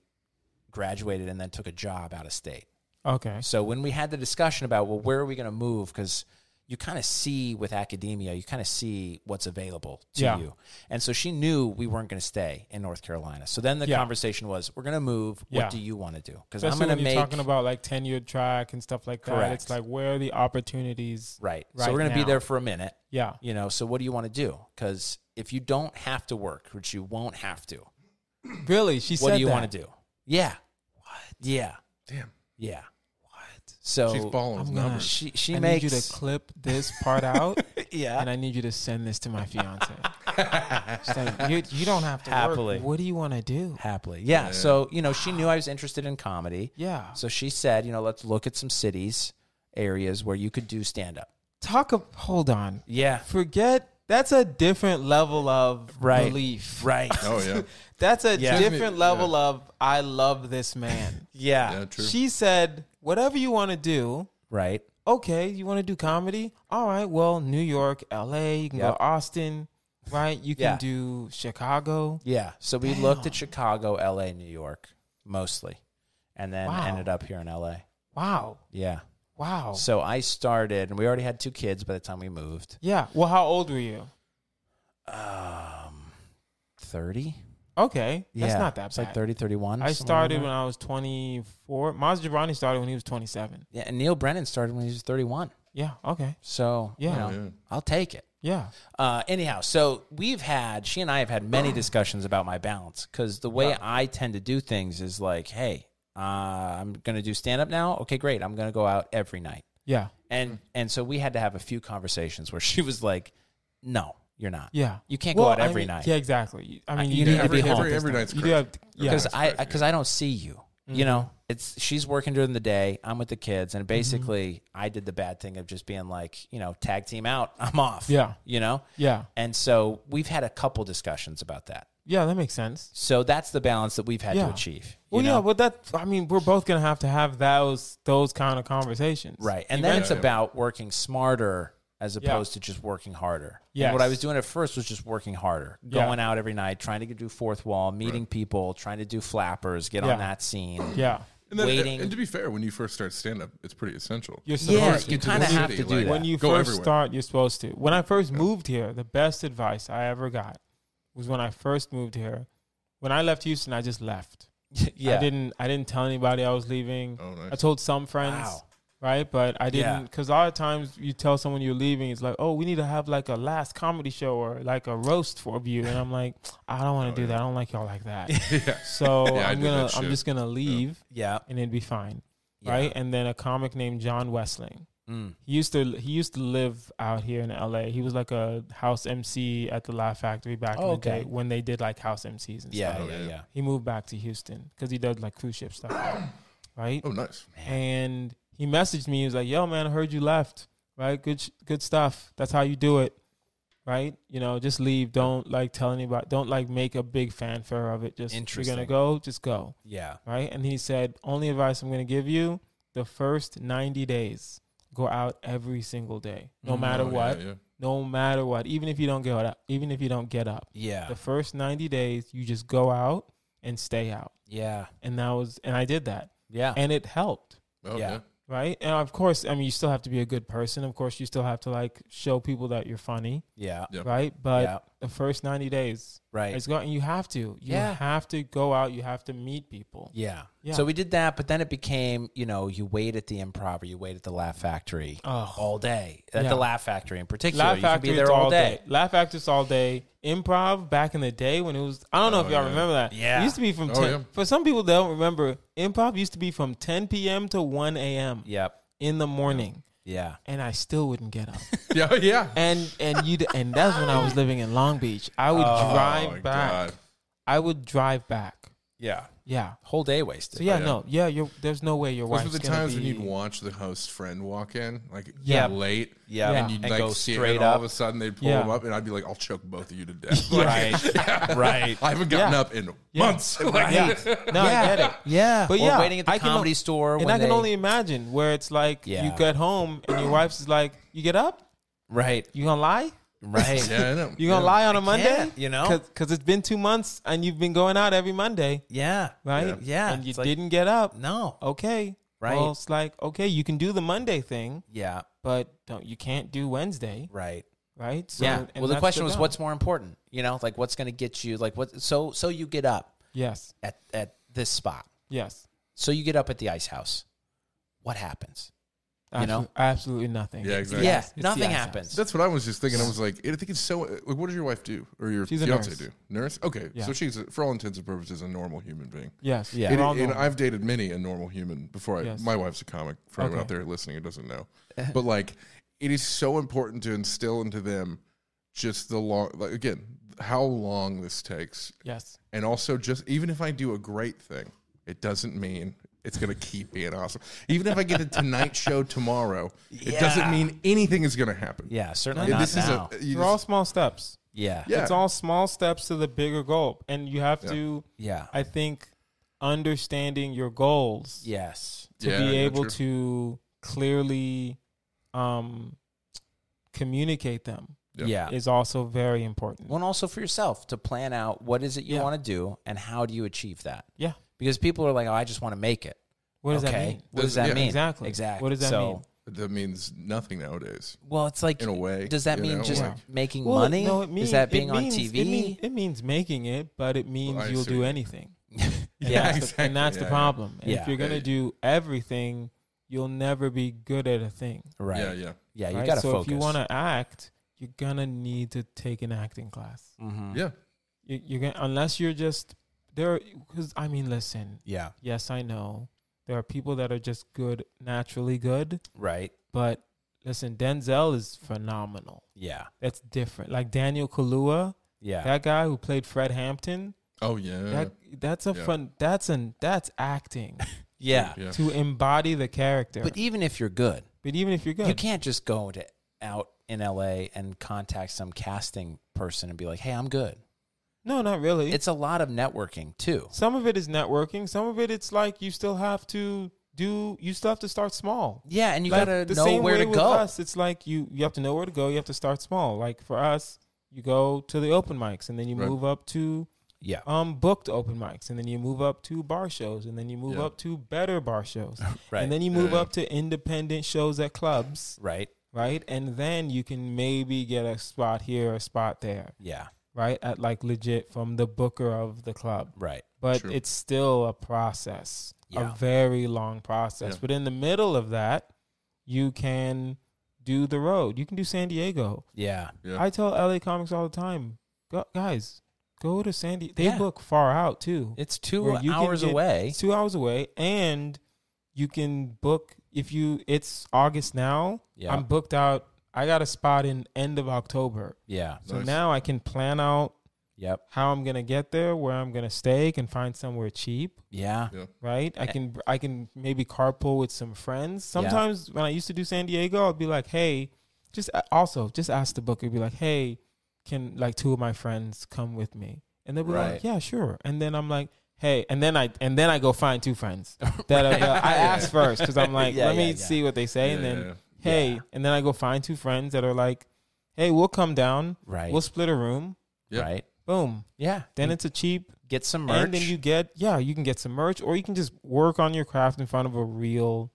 C: graduated and then took a job out of state.
D: Okay.
C: So when we had the discussion about well, where are we going to move? Because you kind of see with academia, you kind of see what's available to
D: Yeah.
C: you. And so she knew we weren't going to stay in North Carolina. So then the
D: Yeah.
C: conversation was, we're going to move.
D: Yeah.
C: What do you want to do? Because I'm
D: Especially
C: going to
D: when
C: make
D: you're talking about like tenured track and stuff like that.
C: Correct.
D: It's like where are the opportunities?
C: right.
D: right
C: So we're going to be
D: now.
C: there for a minute.
D: Yeah.
C: You know. So what do you want to do? Because if you don't have to work, which you won't have to,
D: Really? She said
C: what do you
D: that.
C: want to do? Yeah. What? Yeah.
E: Damn,
C: Yeah. What? So
E: she's balling with
D: I'm gonna
E: numbers.
C: She she
D: I
C: makes
D: need you to clip this part out,
C: yeah.
D: and I need you to send this to my fiance. She's like, you, you don't have to
C: Happily.
D: work. What do you want to do?
C: happily. Yeah.
E: Yeah.
C: So, you know, she knew I was interested in comedy.
D: Yeah.
C: So she said, you know, let's look at some cities, areas where you could do stand up.
D: Talk. Of, hold on.
C: Yeah.
D: Forget. That's a different level of
C: Right.
D: relief.
C: Right.
E: oh yeah,
D: That's a
C: Yeah.
D: different level of I love this man.
C: yeah.
E: yeah, true.
D: she said, "Whatever you want to do."
C: Right.
D: okay, you want to do comedy? All right, well, New York, LA, you can
C: Yep.
D: go to Austin, right? You can
C: Yeah.
D: do Chicago.
C: Yeah. So we looked at Chicago, LA, New York mostly, and then
D: Wow. Oh.
C: ended up here in LA.
D: Wow.
C: Yeah.
D: Wow.
C: So I started, and we already had two kids by the time we moved.
D: yeah. Well, how old were you?
C: Um, 30.
D: Okay. That's
C: yeah.
D: not that
C: It's
D: bad.
C: like 30, 31.
D: I
C: somewhere
D: started
C: around
D: when
C: there.
D: I was 24. Miles Giovanni started when he was 27.
C: Yeah. And Neil Brennan started when he was 31.
D: Yeah. Okay.
C: So, you
D: Yeah.
C: know,
E: Yeah.
C: I'll take it.
D: Yeah.
C: Uh, anyhow, so we've had she and I have had many discussions about my balance because the way I tend to do things is like, hey, uh, I'm gonna do stand up now. Okay, great. I'm gonna go out every night,
D: Yeah.
C: and
D: Mm-hmm.
C: and so we had to have a few conversations where she was like, no, you're not.
D: Yeah.
C: you can't
D: Well,
C: go out
D: I
C: every
D: mean-
C: night.
D: Yeah, exactly. I mean,
C: you
D: you,
C: need
D: do
C: to
D: have
C: be home.
E: Every- every night's
D: You do have, yeah. Mm-hmm.
C: because I
E: crazy.
C: because I don't see you. You know, it's she's working during the day. I'm with the kids, and basically, I did the bad thing of just being like, you know, tag team out. I'm off.
D: Yeah.
C: you know.
D: Yeah.
C: And so we've had a couple discussions about that.
D: Yeah, that makes sense.
C: So that's the balance that we've had to
D: Yeah.
C: achieve. you
D: Well, yeah,
C: know?
D: but that I mean, we're both gonna have to have those those kind of conversations,
C: right. And then it's
E: Yeah.
C: about working smarter as
D: Yeah.
C: opposed to just working harder. Yeah.
D: Yes.
C: What I was doing at first was just working harder,
D: Yeah.
C: going out every night, trying to do fourth wall, meeting people, trying to do flappers, get
D: Yeah. uh,
C: on that scene.
D: Yeah.
E: and, then,
C: waiting.
E: and to be fair, when you first start stand up, it's pretty essential.
D: You're
C: Yeah,
D: supposed
E: First,
C: you
E: get to
C: kind of
E: the
C: have to
E: city,
C: do
E: like-
C: that.
E: Yeah.
D: when you
E: Go
D: first
E: everywhere.
D: start, you're supposed to. When I first moved here, the best advice I ever got was when I first moved here. When I left Houston, I just left.
C: yeah.
D: I didn't. I didn't tell anybody I was leaving.
E: Oh, nice.
D: I told some friends,
C: Wow.
D: right? But I
C: Yeah.
D: didn't because a lot of times you tell someone you're leaving, it's like, oh, we need to have like a last comedy show or like a roast for you, and I'm like, I don't want to do that. I don't like y'all like that. So
E: Oh, Yeah, I
D: I'm
E: do that
D: gonna. I'm
E: shit.
D: just gonna leave,
C: Yeah.
D: and it'd be fine,
C: Yeah.
D: right? And then a comic named John Westling.
C: Mm.
D: He used to he used to live out here in LA. He was like a house MC at the Laugh Factory back
C: Oh,
D: in the
C: okay.
D: day when they did like house MCs and
C: Yeah.
D: stuff.
C: Yeah.
E: yeah.
C: Yeah.
D: He moved back to Houston because he does like cruise ship stuff, right?
E: Oh, nice.
D: And he messaged me. He was like, "Yo, man, I heard you left. Right? Good, sh- good stuff. That's how you do it, right? You know, just leave. Don't like tell anybody. Don't like make a big fanfare of it. Just if you're
C: Interesting.
D: gonna go, just go,
C: Yeah.
D: right?" And he said, "Only advice I'm gonna give you: the first 90 days, go out every single day, no matter
E: Oh, yeah,
D: what."
E: yeah.
D: no matter what even if you don't get up even if you don't get up
C: Yeah.
D: the first 90 days you just go out and stay out
C: Yeah.
D: and that was and i did that
C: Yeah.
D: and it helped
E: Oh,
C: Yeah.
E: yeah.
D: right and of course i mean you still have to be a good person of course you still have to like show people that you're funny
C: Yeah.
E: Yep.
D: right but
C: Yeah.
D: the first 90 days
C: Right.
D: it's got and you have to you
C: Yeah.
D: have to go out you have to meet people
C: Yeah.
D: Yeah.
C: So we did that, but then it became, you know, you wait at the improv or you wait at the Laugh Factory
D: Oh.
C: all day. At
D: Yeah.
C: the Laugh Factory in particular,
D: Laugh
C: you can
D: Factory
C: be
D: it's
C: there all day.
D: Laugh Factory's all day. Improv back in the day when it was I don't know if
E: Oh,
D: y'all
E: yeah.
D: remember that.
C: Yeah.
D: It used to be from
E: Oh,
D: 10
E: yeah.
D: for some people that don't remember, improv used to be from 10 p.m. to 1 a.m.
C: Yep.
D: in the morning.
C: Yeah.
D: And I still wouldn't get up.
E: Yeah, yeah.
D: and and you and
C: Oh,
D: that's when I was living in Long Beach. I would
E: Oh, my
D: drive back.
E: God.
D: I would drive back.
C: Yeah.
D: Yeah.
C: Whole day wasted.
D: So yeah,
E: yeah.
D: no, yeah, you're, there's no way your
E: Those
D: wife's
E: were the
D: gonna
E: times when
D: be-
E: you'd watch the host friend walk in, like
D: Yeah.
E: late.
C: Yeah.
E: And you'd
C: And
E: like
C: go
E: see it,
C: straight
E: and all
C: up.
E: of a sudden they'd pull
D: Yeah.
E: him up, and I'd be like, "I'll choke both of you to death." Like,
C: Right. right.
E: I haven't gotten
D: Yeah.
E: up in months. Like,
D: No, I get it.
C: Yeah.
D: But
C: or
D: yeah,
C: waiting at the
D: I can o-
C: comedy store
D: And
C: when
D: I can
C: they-
D: only imagine where it's like you
C: Yeah.
D: get home and your wife's like, "You get up?
C: Right.
D: You gonna lie?
C: Right.
E: Yeah, I know.
D: You gonna
E: Yeah.
D: lie on a Monday?
C: can't, you know?
D: because it's been two months and you've been going out every Monday,
C: Yeah.
D: right?
C: Yeah.
D: and you
C: It's like-
D: didn't get up.
C: No.
D: Okay,
C: Right.
D: Well, it's like okay, you can do the Monday thing,
C: Yeah.
D: but don't you can't do Wednesday,
C: Right.
D: right? So,
C: Yeah.
D: and
C: Well, the
D: that's
C: question was,
D: dilemma.
C: what's more important? You know, like what's going to get you? Like what? So so you get up
D: yes,
C: at at this spot.
D: yes,
C: So you get up at the ice house. What happens? You know?
D: Absol- absolutely nothing.
E: Yeah, exactly.
C: yeah.
D: It's the
C: nothing
D: ice house.
C: happens.
E: That's what I was just thinking. I was like, I think it's so. Like, what does your wife do, or your
D: She's a
E: fiance
D: nurse.
E: do? Nurse. Okay,
D: Yeah.
E: so she's, for all intents and purposes, a normal human being.
D: Yes,
C: Yeah.
D: We're
E: And,
D: all
E: and
D: normal.
E: I've dated many a normal human before. I,
D: Yes.
E: My wife's a comic. For anyone
D: Okay.
E: out there listening who doesn't know, but like, it is so important to instill into them just the long. Like, again, how long this takes,
D: yes,
E: and also just even if I do a great thing, it doesn't mean it's gonna keep being awesome. Even if I get a Tonight Show tomorrow, it doesn't
C: Yeah.
E: mean anything is gonna happen.
C: yeah. Certainly
E: And
C: not
E: this
C: now.
E: is a you
D: they're all small steps.
C: yeah.
E: Yeah.
D: It's all small steps to the bigger goal, and you have
E: Yeah.
D: to,
C: Yeah.
D: I think, understanding your goals
C: yes.
D: to
E: Yeah,
D: be
E: yeah,
D: able
E: true.
D: to clearly um, communicate them
E: Yeah.
C: yeah.
D: is also very important.
C: Well, and also for yourself to plan out what is it you
D: Yeah.
C: want to do and how do you achieve that?
D: Yeah.
C: Because people are like, oh, I just want to make it.
D: What does that
C: okay.
D: mean?
C: What does
E: Does-
C: that
E: yeah.
C: mean?
D: Exactly.
C: Exactly.
D: What does that
C: So-
D: mean?
E: that means nothing nowadays.
C: Well, it's like
E: In a way,
C: Does that
E: you
C: mean
E: know,
C: just
E: like-
C: making
D: Well,
C: money?
D: no,
C: is
D: it mean-
C: that
D: it
C: bean on
D: means-
C: TV?
D: It, mean- it means making it, but it means
E: Oh, I
D: you'll
E: see.
D: do anything. And
E: Yeah,
D: that's The,
E: exactly.
D: and that's
E: Yeah,
D: the
E: yeah.
D: problem. And if
C: Yeah.
D: you're gonna do everything, you'll never be good at a thing.
C: right.
E: Yeah,
C: Yeah.
E: yeah.
C: you
D: right?
C: got to
D: so
C: focus.
D: if you want to act, you're gonna need to take an acting class.
C: Mhm.
E: Yeah.
D: You, you're gonna unless you're just there. Because I mean, listen.
C: Yeah.
D: Yes, I know there are people that are just good, naturally good.
C: Right.
D: But listen, Denzel is phenomenal.
C: Yeah.
D: That's different. Like Daniel Kaluuya,
C: Yeah.
D: that guy who played Fred Hampton.
E: Oh yeah.
D: That that's a
E: Yeah.
D: fun. That's an that's acting
C: yeah.
E: yeah.
D: to embody the character.
C: But
D: But,
C: even if you're good,
D: even if you're good,
C: you can't just go to out in LA and contact some casting person and be like, "Hey, I'm good."
D: no, not really.
C: It's a lot of networking too.
D: some of it is networking. Some of it it's like you still have to do. You still have to start small.
C: Yeah, and you
D: Like,
C: got to
D: the
C: know
D: same
C: where
D: way
C: to
D: with
C: go.
D: Us, it's like you you have to know where to go. You have to start small. Like for us, you go to the open mics, and then you
E: Right.
D: move up to
C: Yeah.
D: um booked open mics and then you move up to bar shows and then you move
E: Yeah.
D: up to better bar shows
C: Right.
D: and then you move
E: Yeah.
D: up to independent shows at clubs
C: right.
D: right and then you can maybe get a spot here a spot there
C: Yeah.
D: right at like legit from the booker of the club
C: Right.
D: but
E: True.
D: it's still a process
C: Yeah.
D: a very long process
E: Yeah.
D: but in the middle of that you can do the road you can do san diego
C: Yeah.
E: Yeah.
D: i tell la comics all the time go, guys go to san diego they
C: Yeah.
D: book far out too
C: It's 2
D: where you can
C: hours
D: get-
C: away.
D: It's two hours away, and you can book if you. It's August now.
C: Yeah.
D: I'm booked out. I got a spot in end of October,
C: Yeah.
D: so
E: Nice.
D: now I can plan out
C: Yep.
D: how I'm gonna get there, where I'm gonna stay, can find somewhere cheap.
C: Yeah.
D: Right, I
C: Eh.
D: can I can maybe carpool with some friends. Sometimes when I used to do San Diego, I'd be like, "Hey, just a- also just ask the booker, be like, hey, can like two of my friends come with me?" And they'll be like,
C: Right.
D: "Yeah, sure." And then I'm like, "Hey," and then I and then I go find two friends that are, I ask first because I'm like,
C: Yeah,
D: "Let me
C: yeah, yeah.
D: see what they say,"
E: Yeah,
D: and then
E: yeah.
D: hey,
C: Yeah.
D: and then I go find two friends that are like, "Hey, we'll come down,
C: Right. Mm.
D: we'll split a room,
E: Yeah.
C: Right.
D: boom."
C: Yeah.
D: Then
C: You
D: it's a cheap
C: get some merch.
D: and then you get yeah, you can get some merch, or you can just work on your craft in front of a real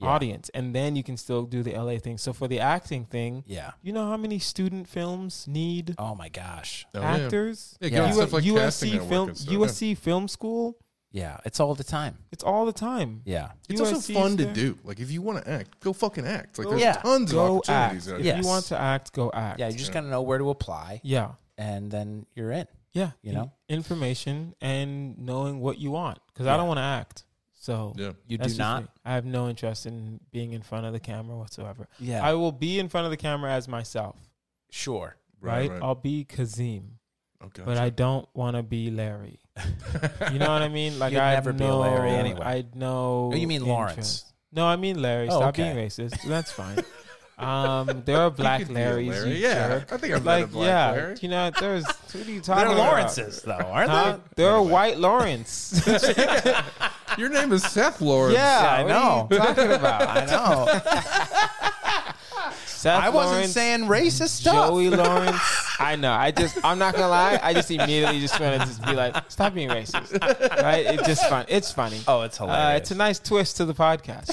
C: Yeah.
D: audience, and then you can still do the LA thing. So for the acting thing,
C: Yeah.
D: you know how many student films need
C: Oh my gosh.
E: Oh, yeah.
D: actors?
E: Yeah,
C: Yeah.
E: good stuff like casting network
D: film
E: and stuff. Yeah.
D: USC Film School.
C: Yeah. It's all the time.
D: It's all the time.
C: Yeah.
E: It's also
D: USC 's
E: fun to
D: there.
E: do. Like if you want to act, go fucking act. Like there's
C: Yeah.
E: tons of
D: Go
E: opportunities
D: act.
E: out
D: If
E: there.
C: Yeah.
D: you want to act, go act.
C: Yeah. You just got to know where to apply
D: yeah.
C: and then you're in.
D: Yeah.
C: You know?
D: information and knowing what you want because I
C: Yeah.
D: don't want to act. So
E: Yeah.
C: You
D: that's
C: do
D: just
C: not.
D: me. I have no interest in being in front of the camera whatsoever.
C: Yeah.
D: I will be in front of the camera as myself,
C: sure.
D: right?
E: Right, right.
D: I'll be Kazim.
E: Okay.
D: but I don't want to be Larry. You know what I mean? Like
C: You'd
D: I
C: never be
D: know,
C: Larry anyway.
D: I know.
C: Oh, you mean Lawrence.
D: interest. No, I mean Larry.
C: Oh,
D: Stop
C: okay.
D: being racist. That's fine. Um, there are black
E: could be a
D: Larrys.
E: Larry.
D: you
E: Yeah,
D: jerk.
E: I think I've met a
D: like
E: black
D: yeah.
E: Larry.
D: You know, there's what are you talking
C: They're
D: about?
C: Lawrences, though, aren't
D: Huh?
C: they?
D: There are white Lawrence. yeah,
E: Your name is Seth Lawrence.
C: I
D: what are you
C: know.
D: talking about
C: I know.
D: Seth
C: I wasn't
D: Lawrence,
C: saying racist stuff.
D: Joey Lawrence. I know. I just. I'm not gonna lie. I just immediately just want to just be like, stop being racist. Right? It's just fun. It's funny.
C: Oh, it's hilarious.
D: Uh, it's a nice twist to the podcast.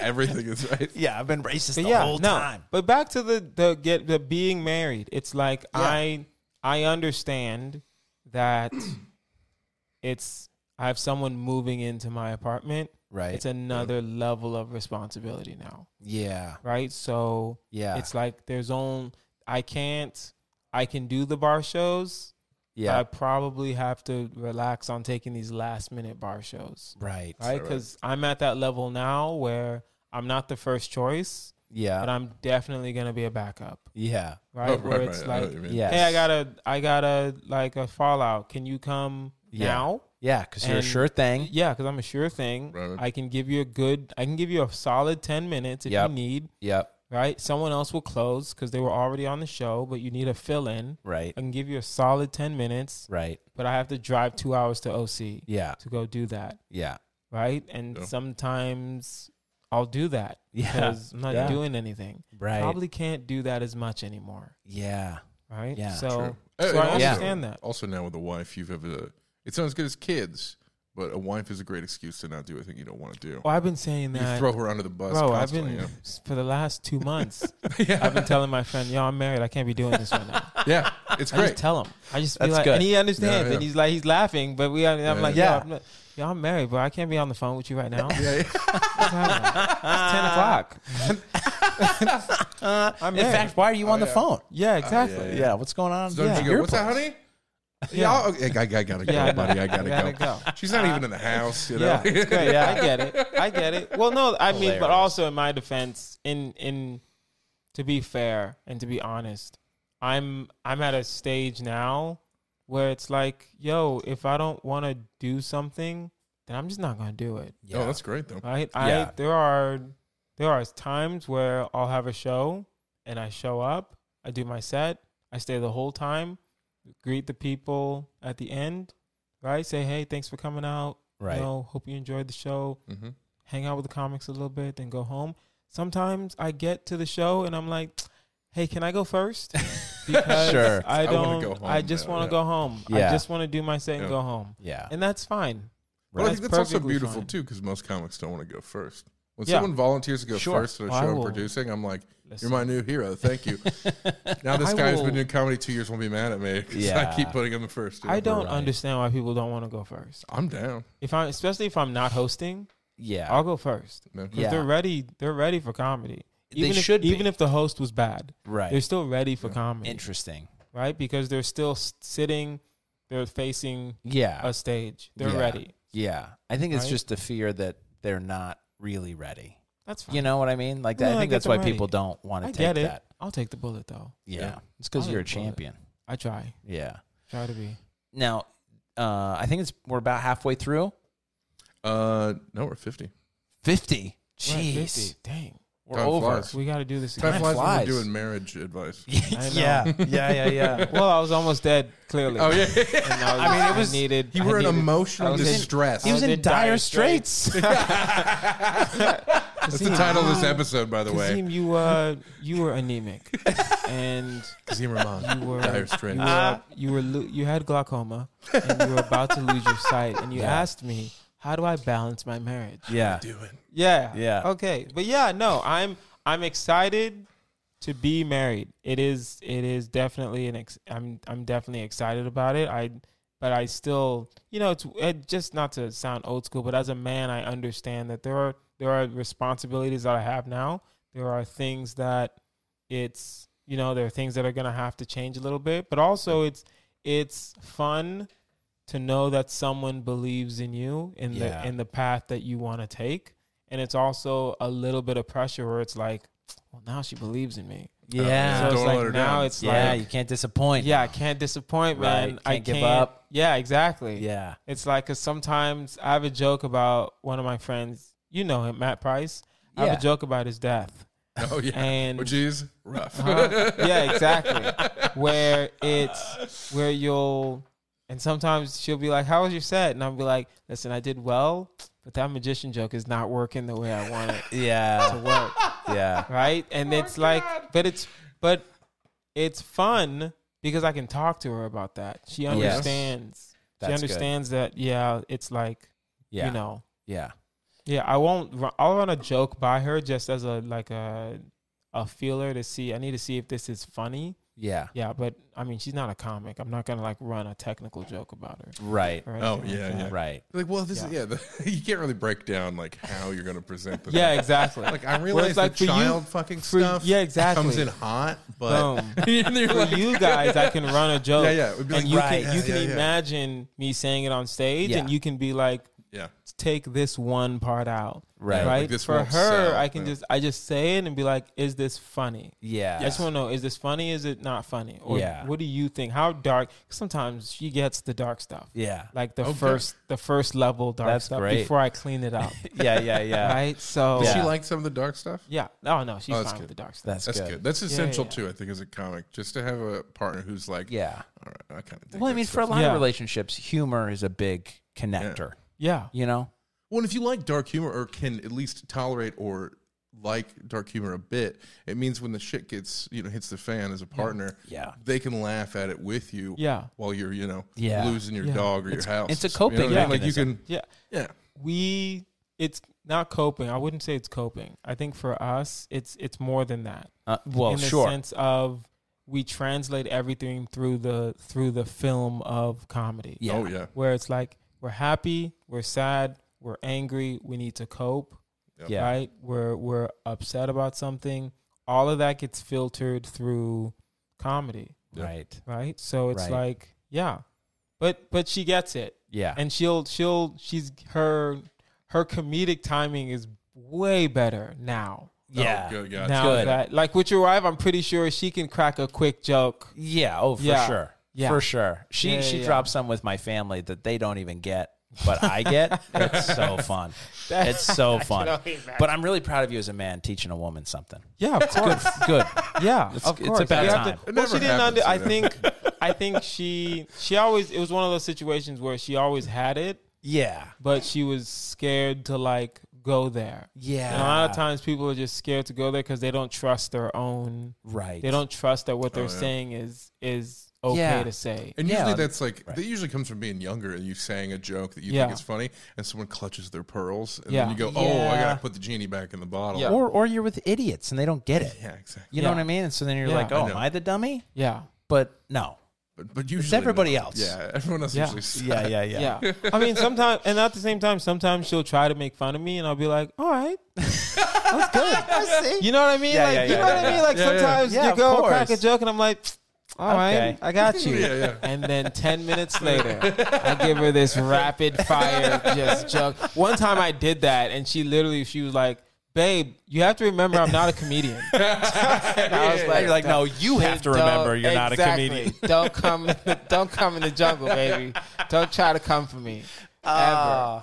E: Everything is right.
C: yeah, I've been racist
D: But
C: the
D: yeah,
C: whole
D: no.
C: time.
D: But back to the the get the being married. It's like I I understand that it's I have someone moving into my apartment.
C: Right.
D: It's another level of responsibility now.
C: yeah.
D: Right? So
C: Yeah.
D: it's like there's own I can't I can do the bar shows. but I
C: yeah.
D: probably have to relax on taking these last minute bar shows.
C: Right.
D: right? Because I'm at that level now where I'm not the first choice,
C: Yeah.
D: but I'm definitely gonna be a backup,
C: yeah.
D: right? where it's
E: I know
D: like,
E: what you mean.
C: Yes.
D: hey, I got a, I got a like a fallout. Can you come
C: Yeah.
D: now?
C: Yeah, because you're a
D: And-
C: sure thing.
D: Yeah, because I'm a sure thing.
E: Right.
D: I can give you a good, I can give you a solid ten minutes if
C: Yep.
D: you need.
C: Yep.
D: Right, someone else will close because they were already on the show, but you need a fill in.
C: Right.
D: I can give you a solid ten minutes,
C: Right.
D: but I have to drive two hours to OC
C: Yeah.
D: to go do that
C: Yeah.
D: right? And
E: Yeah.
D: sometimes I'll do that
C: Yeah.
D: because I'm not
C: Yeah.
D: doing anything.
C: Right.
D: Probably can't do that as much anymore,
C: Yeah.
D: right?
C: Yeah.
D: So,
E: True.
D: so
E: And
D: I
E: also-
D: understand that.
E: Also, now with a wife, you've have a. It's not as good as kids, but a wife is a great excuse to not do a thing you don't want to do.
D: Oh, I've been saying
E: You
D: that.
E: throw her under the bus.
D: Bro, I've
E: constantly,
D: been
E: yeah.
D: for the last two months. I've been telling my friend, "Yo, I'm married. I can't be doing this right now."
E: Yeah, it's
D: I
E: great.
D: just tell him. I just be
C: That's
D: like,
C: good.
D: and he understands,
E: Yeah,
D: and
E: yeah.
D: he's like, he's laughing, but we, I'm like,
C: Yeah.
D: yeah, I'm not, yo, I'm married, but I can't be on the phone with you right now.
E: yeah, yeah.
D: What's
C: Ah.
D: happening? it's ten o'clock. I'm
C: In
D: married.
C: fact, why are you on the
E: yeah.
C: phone?
D: yeah, exactly.
E: yeah,
C: Oh, Yeah. What's going on?
E: So
C: at
E: you go,
C: your
E: what's
C: place?"
E: that, honey? Yeah,
D: Yeah.
E: I'll- okay, I, I gotta go,
D: Yeah, I know.
E: buddy. I gotta,
D: Gotta
E: go.
D: go. Uh,
E: She's not even in the house, you know. Oh,
D: Yeah, it's great.
C: Yeah.
D: I get it. I get it. Well, no, I mean, but
C: Hilarious.
D: also in my defense, in in to be fair and to be honest, I'm I'm at a stage now where it's like, yo, if I don't want to do something, then I'm just not gonna do it.
E: Oh, that's great though.
D: Right?
C: Yeah.
D: I there are there are times where I'll have a show and I show up, I do my set, I stay the whole time, greet the people at the end, right? Say, hey, thanks for coming out.
C: Right.
D: You know, hope you enjoyed the show.
E: Mm-hmm.
D: Hang out with the comics a little bit, then go home. Sometimes I get to the show and I'm like, hey, can I go first? Because
C: Sure.
D: I
E: I wanna
D: don't. I,
E: go home
D: just
E: now,
D: want to
E: yeah.
D: go home.
C: Yeah.
D: I just want to do my set and
E: Yeah.
D: go home,
C: Yeah.
D: and that's fine.
E: But I
D: That's
E: think that's also
D: perfectly
E: beautiful
D: fine.
E: too, because most comics don't want to go first. When
D: Yeah.
E: someone volunteers to go
C: Sure.
E: first at a
D: I
E: show I'm
D: will.
E: producing, I'm like,
D: Listen.
E: "You're my new hero. Thank you." now this
D: I
E: guy who's
D: will-
E: been doing comedy two years won't be mad at me 'cause
C: Yeah.
E: I keep putting him first. you
D: I
E: know?
D: don't
C: Right.
D: understand why people don't want to go first.
E: I'm down.
D: If I'm especially if I'm not hosting,
C: Yeah.
D: I'll go first.
E: No.
D: 'Cause
C: Yeah.
D: they're ready. They're ready for comedy.
C: They
D: Even if,
C: should be.
D: even if the host was bad,
C: Right.
D: they're still ready for comedy,
C: Interesting.
D: right? Because they're still s- sitting, they're facing
C: Yeah.
D: a stage. They're
C: Yeah.
D: ready.
C: Yeah. I think it's
D: Right?
C: just the fear that they're not really ready.
D: That's fine.
C: You know what I mean? Like
D: No,
C: that, I
D: I
C: think
D: get
C: that's
D: the
C: why
D: money.
C: people don't want
D: I
C: to take
D: get it.
C: that.
D: I'll take the bullet though.
C: Yeah.
E: Yeah.
C: It's because
D: I'll
C: you're a
D: take the bullet.
C: champion.
D: I try.
C: Yeah.
D: Try to be.
C: Now, uh, I think it's we're about halfway through.
E: Uh, no, we're fifty.
C: 50.
D: We're at
C: Jeez.
D: 50. Dang.
C: We're
E: Time
C: over.
E: flies.
D: We got to do this
E: Time
D: again.
E: flies when
C: flies.
E: we're doing marriage advice.
C: yeah.
D: I know.
C: Yeah. Yeah. Yeah.
D: Well, I was almost dead. Clearly.
E: Oh yeah,
D: And I, was,
C: I mean, it was-
D: needed.
E: you
D: I
E: were in
D: needed- I
E: emotional
D: was in-
E: distress.
C: He was in dire straits.
E: That's the title of this episode, by the way.
D: Kazim, you uh, you were anemic, and
E: Kazim Rahman,
D: you were
E: dire straits.
D: You were, you were lo- you had glaucoma, and you were about to lose your sight, and you asked me, "How do I balance my marriage?"
C: yeah.
E: do it.
D: Yeah,
C: Yeah.
D: okay, but yeah, no, I'm I'm excited to be married. It is it is definitely an ex- I'm I'm definitely excited about it. I but I still you know it's it, just not to sound old school, but as a man, I understand that there are there are responsibilities that I have now. There are things that it's you know there are things that are gonna have to change a little bit, but also it's it's fun to know that someone believes in you in
C: Yeah.
D: the in the path that you want to take and it's also a little bit of pressure where it's like well, now she believes in me.
E: Yeah.
D: So
C: Yeah.
D: it's
E: Don't
D: like
E: let her
D: now
E: down.
D: it's
C: yeah,
D: like
C: you can't disappoint.
D: yeah, I can't disappoint,
C: Right,
D: man. I
C: can't give up.
D: Yeah, exactly.
C: Yeah.
D: It's like because sometimes I have a joke about one of my friends. You know him, Matt Price. I
C: Yeah.
D: have a joke about his death.
E: Oh yeah,
D: And- Uh-huh.
E: which is rough.
D: Huh? yeah, exactly. Where it's where you'll and sometimes she'll be like, "How was your set?" And I'll be like, "Listen, I did well, but that magician joke is not working the way I want it to
C: Yeah.
D: work."
C: yeah.
D: right?
C: Oh
D: And it's like, but it's but it's fun because I can talk to her about that. She
C: yes.
D: understands.
C: That's
D: she
C: good.
D: understands that. Yeah, it's like
C: Yeah.
D: you know.
C: Yeah.
D: Yeah, I won't. ru- I'll run a joke by her just as a like a a feeler to see. I need to see if this is funny.
C: Yeah.
D: Yeah, but I mean, she's not a comic. I'm not gonna like run a technical joke about her.
C: Right.
D: or
E: Oh,
D: anything like
E: yeah,
D: that.
E: yeah.
C: Right.
E: Like, well, this is yeah. The, you can't really break down like how you're going to present the
D: Yeah, exactly.
E: Like I realize
D: like, for
E: the
D: you-
E: child fucking
D: for-
E: stuff.
D: yeah, exactly.
E: Comes in hot, but
D: Boom.
E: And you're
D: for
E: like-
D: you guys, I can run a joke.
E: Yeah, yeah, it would be
D: and
E: like,
D: you can
E: right, yeah,
D: you can
E: yeah, yeah.
D: imagine me saying it on stage,
C: Yeah.
D: and you can be like,
E: yeah,
D: take this one part out,
C: Right.
D: right?
E: like this
D: For
E: won't
D: her,
E: sell,
D: I can
E: yeah.
D: just I just say it and be like, is this funny?
C: Yeah.
D: I just want to know, is this funny? Is it not funny? Or
C: Yeah.
D: what do you think? How dark? Sometimes she gets the dark stuff.
C: Yeah.
D: Like the
E: Okay.
D: first, the first level dark
C: That's
D: stuff
C: great.
D: before I clean it up,
C: Yeah. Yeah. Yeah.
D: right? So
E: Does
D: yeah,
E: she
C: Yeah.
E: like some of the dark stuff?
D: oh no, she's
E: Oh, that's
D: fine
E: good.
D: with the dark stuff.
C: That's,
E: That's
C: good.
E: good. That's essential
D: yeah.
E: too. I think as a comic, just to have a partner who's like,
C: Yeah.
E: all right, I kind of.
C: Well, I mean, for a
E: stuff.
C: lot
D: Yeah.
C: of relationships, humor is a big connector.
D: Yeah,
C: You know.
E: well, and if you like dark humor or can at least tolerate or like dark humor a bit, it means when the shit gets you know hits the fan as a partner,
C: Yeah.
E: they can laugh at it with you.
D: Yeah.
E: while you're you know
C: Yeah.
E: losing your
D: Yeah.
E: dog or your house.
C: it's a
E: You know what I
C: coping
E: mean? Like you
C: mechanism.
E: can
D: yeah.
E: yeah.
D: we it's not coping. I wouldn't say it's coping. I think for us, it's it's more than that.
C: Uh, well,
D: in the
C: sure.
D: sense of we translate everything through the through the film of comedy.
C: Yeah.
E: Oh yeah.
D: Where it's like we're happy, we're sad, we're angry, we need to cope,
C: yeah.
D: right? We're we're upset about something. All of that gets filtered through comedy,
E: Yeah.
C: Right.
D: right? So it's
C: Right.
D: like, yeah. But but she gets it
C: Yeah.
D: and she'll she'll she's her her comedic timing is way better now.
C: yeah.
E: Oh, good God.
D: now
C: good.
D: that like with your wife, I'm pretty sure she can crack a quick joke.
C: Yeah. Oh, for
D: Yeah.
C: sure.
D: Yeah.
C: For sure. She
D: Yeah,
C: she
D: yeah.
C: dropped some with my family that they don't even get, but I get. it's so fun. It's so fun. But I'm really proud of you as a man teaching a woman something.
D: Yeah, of course.
C: Good.
D: yeah,
C: It's-
D: of
C: it's
D: course.
C: about
D: You have
C: time.
E: It
D: well,
E: never
D: she didn't.
E: happens
D: Under, I
E: to them.
D: think I think she she always it was one of those situations where she always had it,
C: Yeah.
D: but she was scared to like go there.
C: Yeah.
D: And a lot of times people are just scared to go there because they don't trust their own.
C: Right.
D: They don't trust that what they're
E: Oh, yeah.
D: saying is is okay
C: Yeah.
D: to say.
E: And
C: Yeah,
E: usually
C: and-
E: that's like that usually comes from being younger and you saying a joke that you
D: Yeah.
E: think is funny and someone clutches their pearls and
D: Yeah.
E: then you go, Oh, I
C: Yeah.
E: gotta put the genie back in the bottle.
D: Yeah.
C: Or or you're with idiots and they don't get it.
E: Yeah, exactly.
C: You know
D: Yeah.
C: what I mean? And so then you're
D: Yeah.
C: like,
D: I
C: oh,
E: know.
C: am I the dummy?
D: Yeah.
C: But no.
E: But but usually
C: everybody else.
E: Yeah, everyone else
D: Yeah.
E: usually sucks.
C: Yeah. Yeah. Yeah.
D: Yeah. I mean, sometimes, and at the same time, sometimes she'll try to make fun of me, and I'll be like, "Oh, all right. That's good. You know what I mean?
C: Yeah,
D: like,
C: yeah,
D: you
C: yeah,
D: know what
C: yeah,
D: I mean? Like,
E: yeah.
D: sometimes
C: Yeah,
D: you
C: of
D: go
C: course.
D: crack a joke, and I'm like, all right,
C: Okay.
D: I got you.
E: Yeah, yeah.
D: And then 10 minutes later, I give her this rapid fire just joke. One time I did that, and she literally, she was like, babe, you have to remember I'm not a comedian. And I was
C: You're like, no, you have to remember
D: Don't-
C: you're not a
D: exactly.
C: comedian.
D: Don't come, don't come in the jungle, baby. Don't try to come for me. Ever.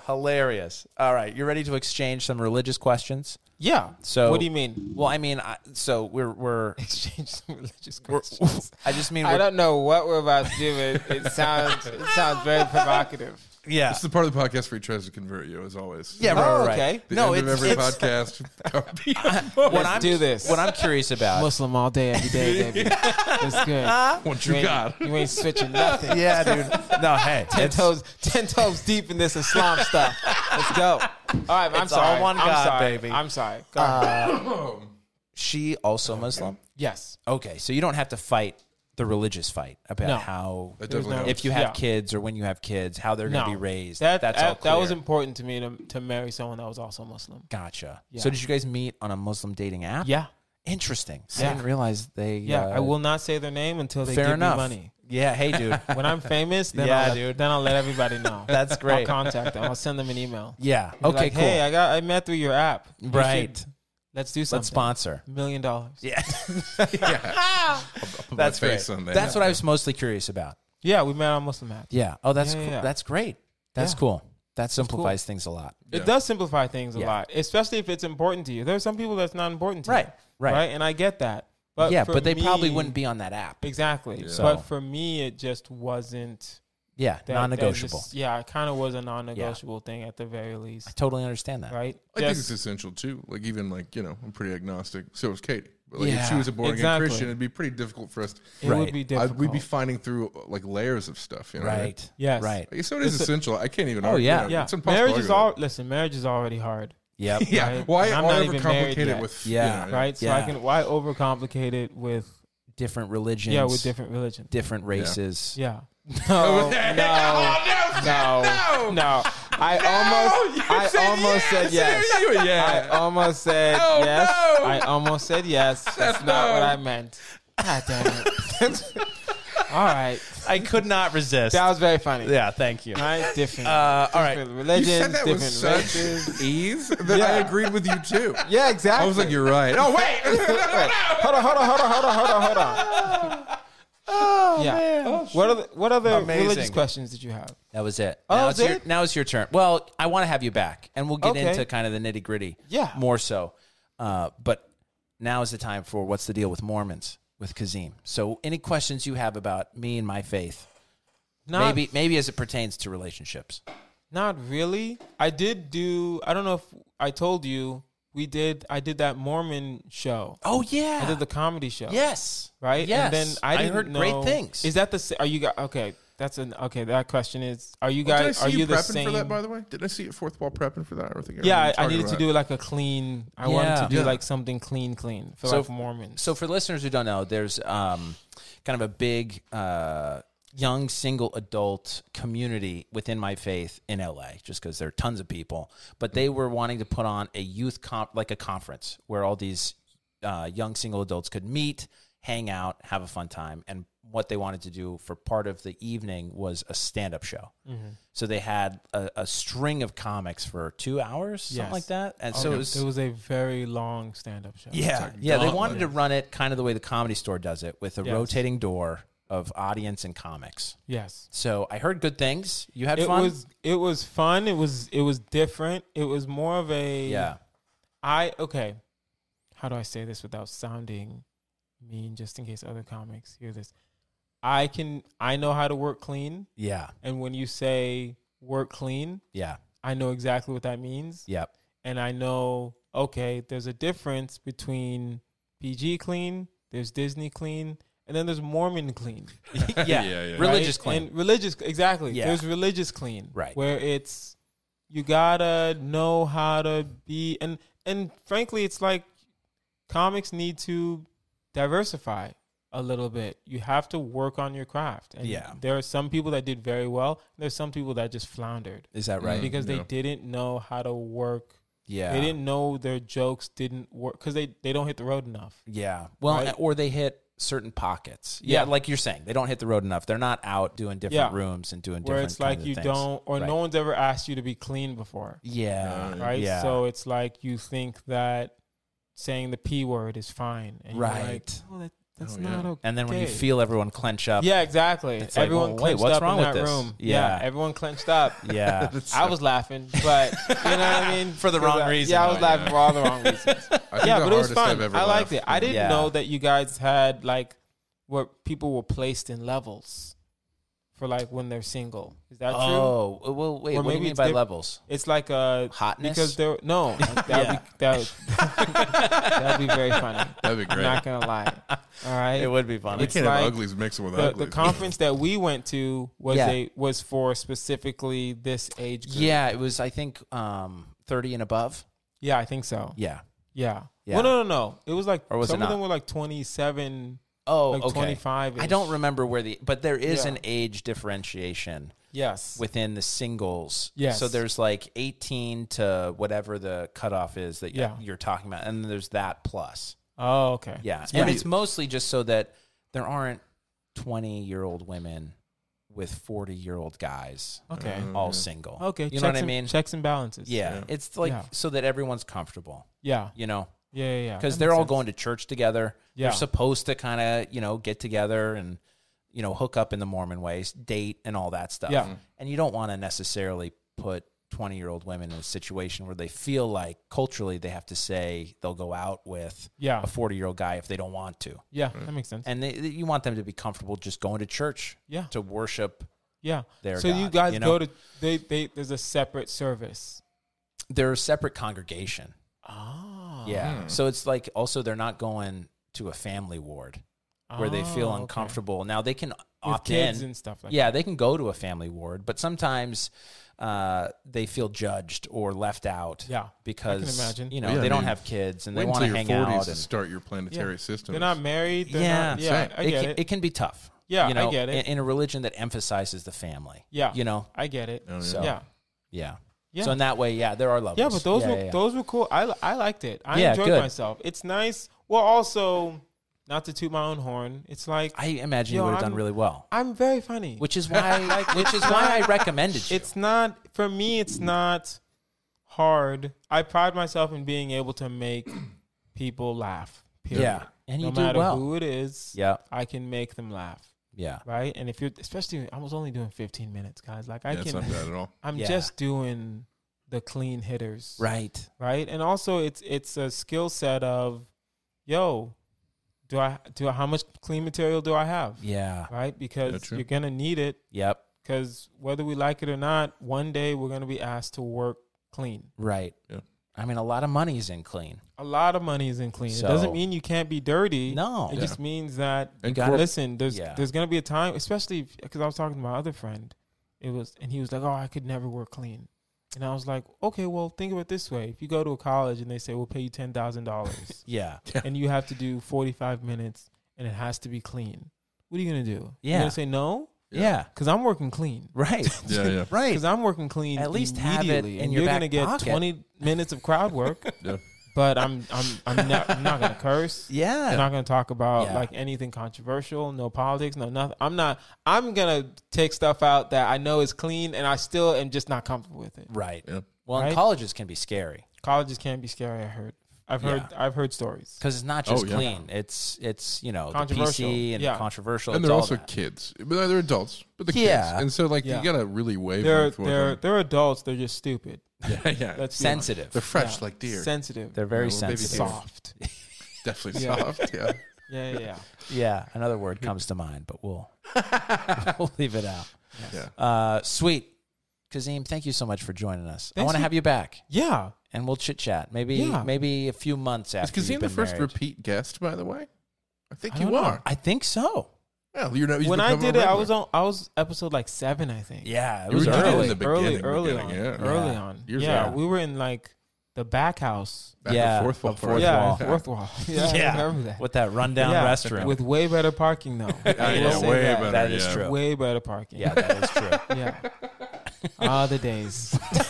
C: Ah, hilarious. All right. You're ready to exchange some religious questions?
D: Yeah.
C: So
D: what do you mean?
C: Well, I mean, I, so we're we're
D: Exchange some religious
C: we're-
D: questions.
C: I just mean
D: I
C: we're,
D: don't know what we're about to do. It, it sounds it sounds very provocative.
C: yeah.
E: This is the part of the podcast where he tries to convert you, as always.
C: Yeah, right,
D: Oh,
C: right, right.
D: okay.
E: The
C: no,
E: end
C: it's,
E: of every
C: it's
E: podcast.
C: what
D: Let's
C: I'm
D: do this.
C: What I'm curious about.
D: Muslim all day, every day, baby. That's good.
E: what you
D: ain't,
E: got?
D: you ain't switching nothing.
C: yeah, dude. No, hey,
D: Ten
C: it's-
D: toes, ten toes deep in this Islam stuff. Let's go. All right, I'm
C: It's all
D: sorry.
C: one
D: I'm
C: God,
D: sorry.
C: baby.
D: I'm sorry.
C: Uh,
D: Go ahead.
C: she also Muslim.
D: Yes.
C: Okay, so you don't have to fight the religious fight about
D: No.
C: how
E: That definitely
D: no-
E: helps.
C: if you have
D: Yeah.
C: kids or when you have kids, how they're going to be raised.
D: That,
C: That's all
D: that,
C: clear.
D: that was important to me to, to marry someone that was also Muslim.
C: Gotcha.
D: Yeah.
C: So did you guys meet on a Muslim dating app?
D: Yeah.
C: Interesting. So I
D: Yeah.
C: didn't realize they.
D: Yeah.
C: uh,
D: I will not say their name until they
C: Fair
D: give
C: enough.
D: me money.
C: Yeah. Hey, dude.
D: When I'm famous, then,
C: Yeah,
D: I'll, let-
C: dude.
D: then I'll let everybody know.
C: That's
D: I'll
C: great.
D: contact them. I'll send them an email.
C: yeah.
D: Be
C: Okay.
D: like,
C: cool.
D: Hey, I got I met through your app. You should
C: right.
D: Let's do something.
C: Let's sponsor.
D: Million dollars.
C: Yeah,
E: I'll put
C: that's
E: my
C: great.
E: face on there.
C: That's what I was mostly curious about.
D: Yeah, we met on Muslim Act.
C: Yeah. Oh, that's
D: Yeah,
C: cool.
D: yeah.
C: that's great. That's
D: Yeah.
C: cool. That simplifies things a lot.
E: Yeah.
D: It does simplify things a
C: Yeah.
D: lot, especially if it's important to you. There are some people that's not important to
C: Right,
D: them,
C: right.
D: And I get that. But
C: yeah,
D: Uh, for
C: but they probably
D: me-
C: wouldn't be on that app.
D: exactly.
E: Yeah.
D: But
C: So-
D: for me, it just wasn't
C: Yeah,
D: that- that
C: non-negotiable.
D: just- yeah, it kind of was a non-negotiable thing at the very least,
C: totally understand that.
D: right?
E: I think
D: Just-
E: it's essential too. Like even like you know, I'm pretty agnostic. So is Katie. But like if she
C: Yeah,
E: was a born again
D: exactly.
E: Christian, it'd be pretty difficult for us.
D: it
C: Right.
D: would be
E: I,
D: difficult.
E: we'd be finding through like layers of stuff. You know, what I mean?
C: Right.
D: Yes.
C: Right.
E: Like, so it is
D: It's a-
E: essential. I can't even.
C: Oh,
E: argue
C: yeah.
E: that.
D: yeah,
E: It's impossible. to
D: marriage is
E: argue
D: all. Listen, marriage is already hard,
C: Yep.
E: that. Yeah.
D: right?
E: Why
D: And I'm
E: why
D: not even married
E: overcomplicate it
D: yet.
E: with?
C: Yeah.
E: You know,
D: right? So I
C: Yeah.
D: can why overcomplicate it with
C: Different religions.
D: yeah with different religions.
C: different races.
D: Yeah. No,
E: Oh,
D: no, no, no, I almost, I almost said yes.
E: You-
D: I
E: yeah.
D: almost said
E: Oh,
D: yes.
E: no.
D: I almost said yes. That's not what I meant. God damn it. All right.
C: I could not resist.
D: That was very funny.
C: yeah. Thank you.
D: All right. Different.
C: Uh, all right.
D: different
E: You
D: religions,
E: said that
D: different
E: with such
D: races.
E: ease that I
D: Yeah.
E: agreed with you too.
D: Yeah, exactly.
E: I was like, you're right. Oh wait.
D: hold on, hold on, hold on, hold on, hold on, hold on. Oh, yeah. what other what other
C: Amazing.
D: religious questions did you have?
C: That was it.
D: Oh,
C: now,
D: that
C: it's
D: was
C: your,
D: it?
C: now it's your turn. Well, I want to have you back, and we'll get
D: Okay.
C: into kind of the nitty gritty.
D: Yeah.
C: more so. Uh, but now is the time for what's the deal with Mormons with Kazim. So, any questions you have about me and my faith,
D: Not,
C: maybe maybe as it pertains to relationships.
D: Not really. I did do. I don't know if I told you. We did. I did that Mormon show.
C: Oh
D: I
C: yeah,
D: did the comedy show.
C: yes,
D: Right.
C: Yes,
D: And then I, didn't
C: heard
D: know,
C: great things.
D: Is that the? sa- Are you guys okay? That's an okay. That question is: Are you
E: Did I
D: guys?
E: see
D: are
E: you,
D: you, the
E: prepping
D: same?
E: for that? By the way, did I see you at fourth wall prepping for that? I think
D: yeah,
E: remember
D: I, I
E: talking
D: needed to
E: about
D: do like a clean. I wanted
C: Yeah.
D: to do
E: Yeah.
D: like something clean, clean for
C: So-
D: like Mormons.
C: So for listeners who don't know, there's um, kind of a big uh, young single adult community within my faith in LA, just because there are tons of people. But they were wanting to put on a youth comp, like a conference where all these uh, young single adults could meet, hang out, have a fun time, and what they wanted to do for part of the evening was a stand-up show.
D: Mm-hmm.
C: So they had a, a string of comics for two hours, something
D: Yes.
C: like that, and so
D: Okay.
C: it was
D: it was a very long stand-up show.
C: yeah,
E: like
C: yeah. They
E: gauntlet.
C: wanted to run it kind of the way the Comedy Store does it, with a
D: Yes.
C: rotating door of audience and comics.
D: Yes.
C: So I heard good things. You had
D: it
C: fun.
D: was it was fun. It was it was different. It was more of a
C: yeah,
D: I okay. How do I say this without sounding mean? Just in case other comics hear this, I can I know how to work clean.
C: yeah,
D: And when you say work clean,
C: yeah,
D: I know exactly what that means.
C: yeah,
D: And I know okay, there's a difference between PG clean. There's Disney clean. And then there's Mormon clean.
C: yeah.
E: yeah, yeah.
C: Religious
D: right?
C: clean.
D: And religious, exactly.
C: Yeah.
D: There's religious clean,
C: Right.
D: Where it's you gotta know how to be, and and frankly, it's like comics need to diversify a little bit. You have to work on your craft. And
C: Yeah.
D: there are some people that did very well. There's some people that just floundered
C: Is that right?
E: Mm.
D: because
E: Yeah.
D: they didn't know how to work.
C: Yeah,
D: They didn't know their jokes didn't work because they they don't hit the road enough.
C: Yeah. Well,
D: Right?
C: or they hit certain pockets. Yeah,
D: Yeah.
C: like you're saying, they don't hit the road enough. They're not out doing different
D: Yeah.
C: rooms and doing
D: Where
C: different.
D: it's like
C: kinds of
D: you
C: things.
D: don't, or
C: Right.
D: no one's ever asked you to be clean before.
C: Yeah.
E: Uh,
D: right?
C: Yeah.
D: So it's like you think that saying the p word is fine, and you're like,
C: Right.
D: "Oh, that, that's
E: Oh, yeah.
D: not okay.
C: and then when you feel everyone clench up.
D: yeah, exactly.
C: It's like,
D: everyone
C: "Well, wait,
D: clenched
C: what's
D: up
C: wrong
D: in
C: with
D: that
C: this?"
D: room.
C: Yeah.
D: everyone clenched up.
C: Yeah.
D: I was laughing, but you know what I mean
C: For the
D: 'Cause
C: wrong
D: I-
C: reason,
D: Yeah, I was
C: right?
D: laughing for all the wrong reasons.
E: I think
D: yeah,
E: the
D: but it was
E: hardest
D: fun.
E: I've ever
D: I liked
E: laughed.
D: it. I didn't
C: Yeah.
D: know that you guys had like where people were placed in levels for like when they're single. Is that true?
C: oh, well, wait.
D: Or
C: what do you
D: maybe
C: mean
D: it's
C: by
D: diff-
C: levels?
D: It's like a
C: Hotness?
D: because there no that would
C: Yeah.
D: be, that would, that'd be very funny.
E: That'd be
D: I'm
E: great.
D: not gonna lie. All right,
C: It would be funny.
E: we
D: it's
E: can't have
D: like
E: uglies mixing with
D: the,
E: uglies.
D: the conference that we went to was
C: Yeah.
D: a was for specifically this age group.
C: Yeah, it was I think um, thirty and above.
D: yeah, I think so.
C: Yeah.
D: Yeah.
C: Yeah.
D: Well, no, no, no. It was like
C: Or was it
D: some of them
C: not?
D: were like 27.
C: Oh,
D: Like
C: okay.
D: 25 -ish.
C: I don't remember where the but there is
D: Yeah.
C: an age differentiation
D: Yes.
C: within the singles.
D: Yes.
C: So there's like 18 to whatever the cutoff is that
D: Yeah.
C: you're talking about and then there's that plus.
D: oh, okay.
C: Yeah.
E: It's
C: and
E: pretty-
C: it's mostly just so that there aren't 20-year-old women with 40-year-old guys
D: Okay.
E: Mm.
C: all
E: yeah.
C: single.
D: Okay.
C: Mm-hmm. You know what
D: checks
C: I
D: and-
C: mean?
D: Checks and balances.
C: yeah.
E: Yeah.
C: It's like
D: Yeah.
C: so that everyone's comfortable,
D: Yeah.
C: you know.
D: Yeah, yeah, yeah.
C: because
D: That
C: they're
D: makes
C: all
D: sense.
C: going to church together.
D: Yeah.
C: They're supposed to kind of you know get together and you know hook up in the Mormon ways, date and all that stuff.
D: Yeah.
C: and you don't want to necessarily put twenty year old women in a situation where they feel like culturally they have to say they'll go out with
D: Yeah.
C: a forty year old guy if they don't want to,
D: Yeah, that makes sense.
C: and they, you want them to be comfortable just going to church
D: Yeah.
C: to worship.
D: Yeah.
C: their
D: so you
C: God,
D: guys
C: you know?
D: go to they they there's a separate service.
C: They're a separate congregation.
D: Ah.
C: Yeah. So it's like also they're not going to a family ward where they feel
D: Oh, okay.
C: uncomfortable. Now they can
D: With
C: opt
D: kids
C: in.
D: and stuff like
C: yeah, they can go to a family ward, but sometimes uh, they feel judged or left out.
D: Yeah, I can
C: Because
D: imagine.
C: you know
E: Well, yeah,
C: they
E: I
C: don't
E: mean,
C: have kids and
E: Wait
C: they
E: until
C: want to hang
E: your 40s
C: out.
E: to
C: And,
E: start your planetary
D: that.
E: system.
D: They're not married. They're
C: yeah,
D: Not, yeah. I get
C: can,
D: it.
C: can be tough.
D: Yeah,
C: you know,
D: I get it.
C: In, in a religion that emphasizes the family.
D: Yeah.
C: you know.
D: I get it.
E: Oh, yeah.
C: So,
D: yeah.
C: Yeah.
D: Yeah.
C: So in that way, yeah, there are levels.
D: Yeah, but those
C: yeah,
D: were
C: yeah, yeah.
D: those were cool. I I liked it. I
C: Yeah,
D: enjoyed
C: good.
D: myself. It's nice. Well, also not to toot my own horn. It's like
C: I imagine
D: Yo,
C: you would have done
D: I'm-
C: really well,
D: I'm very funny.
C: which is why, which is why I recommended you.
D: it's not for me it's not hard i pride myself in being able to make people laugh period.
C: Yeah. And you
D: no
C: do
D: matter
C: well.
D: who it is
C: Yeah.
D: i can make them laugh
C: yeah.
D: right and if you're especially i was only doing 15 minutes guys like i
E: yeah, it's
D: can
E: not bad at all.
D: i'm
C: Yeah.
D: just doing the clean hitters
C: Right.
D: right and also it's it's a skill set of yo do i do I, how much clean material do i have
C: Yeah.
D: right
E: Yeah,
D: because
E: true.
D: you're gonna need it
C: Yep.
D: because whether we like it or not, one day we're going to be asked to work clean.
C: Right.
E: Yeah.
C: I mean, a lot of money is in clean.
D: A lot of money is in clean.
C: So-
D: it doesn't mean you can't be dirty.
C: No.
D: it
C: Yeah.
D: just means that
E: And
C: gotta-
E: corp-
D: listen. There's
C: Yeah.
D: there's going to be a time, especially because I was talking to my other friend. It was and he was like, "Oh, I could never work clean," and I was like, "Okay, well, think of it this way: if you go to a college and they say we'll pay you ten thousand dollars,
C: Yeah.
D: and you have to do forty five minutes, and it has to be clean, what are you going to do?
C: Yeah.
D: You're going to say no
C: Yeah.
D: because I'm working clean.
C: Right.
E: yeah, yeah,
C: Right.
D: because I'm working clean.
C: At least have it
D: immediately,
C: in
D: and
C: your
D: you're
C: back
D: gonna get
C: pocket.
D: 20 minutes of crowd work.
E: yeah.
D: but I'm I'm I'm not, I'm not gonna curse.
C: Yeah.
D: I'm not gonna talk about
C: Yeah.
D: like anything controversial. No politics. No nothing. I'm not. I'm gonna take stuff out that I know is clean, and I still am just not comfortable with it.
C: right.
E: Yeah.
C: Well,
D: Right?
C: and colleges can be scary
D: Colleges can be scary. I heard. I've heard. I've heard stories.
C: because it's not just
E: Oh, yeah.
C: clean. It's it's you know the
D: Controversial.
C: PC and
D: Yeah.
C: controversial.
E: And
C: it's
E: they're
C: all
E: also
C: that.
E: kids. But they're adults, but the
C: Yeah.
E: kids. And so, like,
D: Yeah.
E: you gotta really wave.
D: They're
E: with what
D: they're they're adults. They're just stupid.
E: they're- yeah, yeah.
D: That's
C: sensitive.
E: they're fresh like deer.
D: Sensitive.
C: They're very
E: Yeah, little baby
C: sensitive.
E: deer.
D: soft.
E: Definitely
D: Yeah.
E: soft. Yeah.
D: Yeah, yeah, yeah.
C: Yeah. Another word comes to mind, but we'll we'll leave it out.
E: Yeah.
C: Uh, sweet. Kazim, thank you so much for joining us. I
D: Thanks
C: want to
D: for-
C: have you back,
D: Yeah.
C: and we'll chit chat. Maybe
D: Yeah.
C: maybe a few months
E: Is
C: after.
E: Kazim
C: you've
E: the
C: been
E: first
C: married.
E: repeat guest, by the way? I think
D: I
E: you
D: don't know.
E: are.
C: I think so.
E: Well, you're not. he's
D: when I
E: become a
D: did it, I was
E: regular.
D: on. I was episode like seven, I think.
C: Yeah, it
E: You
C: was
E: were doing
C: early.
E: the
D: early,
E: beginning,
D: early on,
E: beginning, yeah.
D: early
C: Yeah.
D: on.
E: Years
D: yeah,
E: ago.
D: we were in like the back house.
E: Back to
C: Yeah.
E: Fourth wall.
C: Of fourth
E: yeah.
D: yeah,
C: wall.
D: fourth wall. Yeah,
C: Yeah.
D: I remember that.
C: with that rundown
D: Yeah,
C: restroom.
D: With way better parking though.
E: Oh, Yeah,
D: I will
E: yeah,
D: say
E: way
D: that.
E: better.
C: That is
E: yeah.
C: true.
D: Way better parking.
C: yeah, that is true.
D: yeah. Ah, the days.
E: Four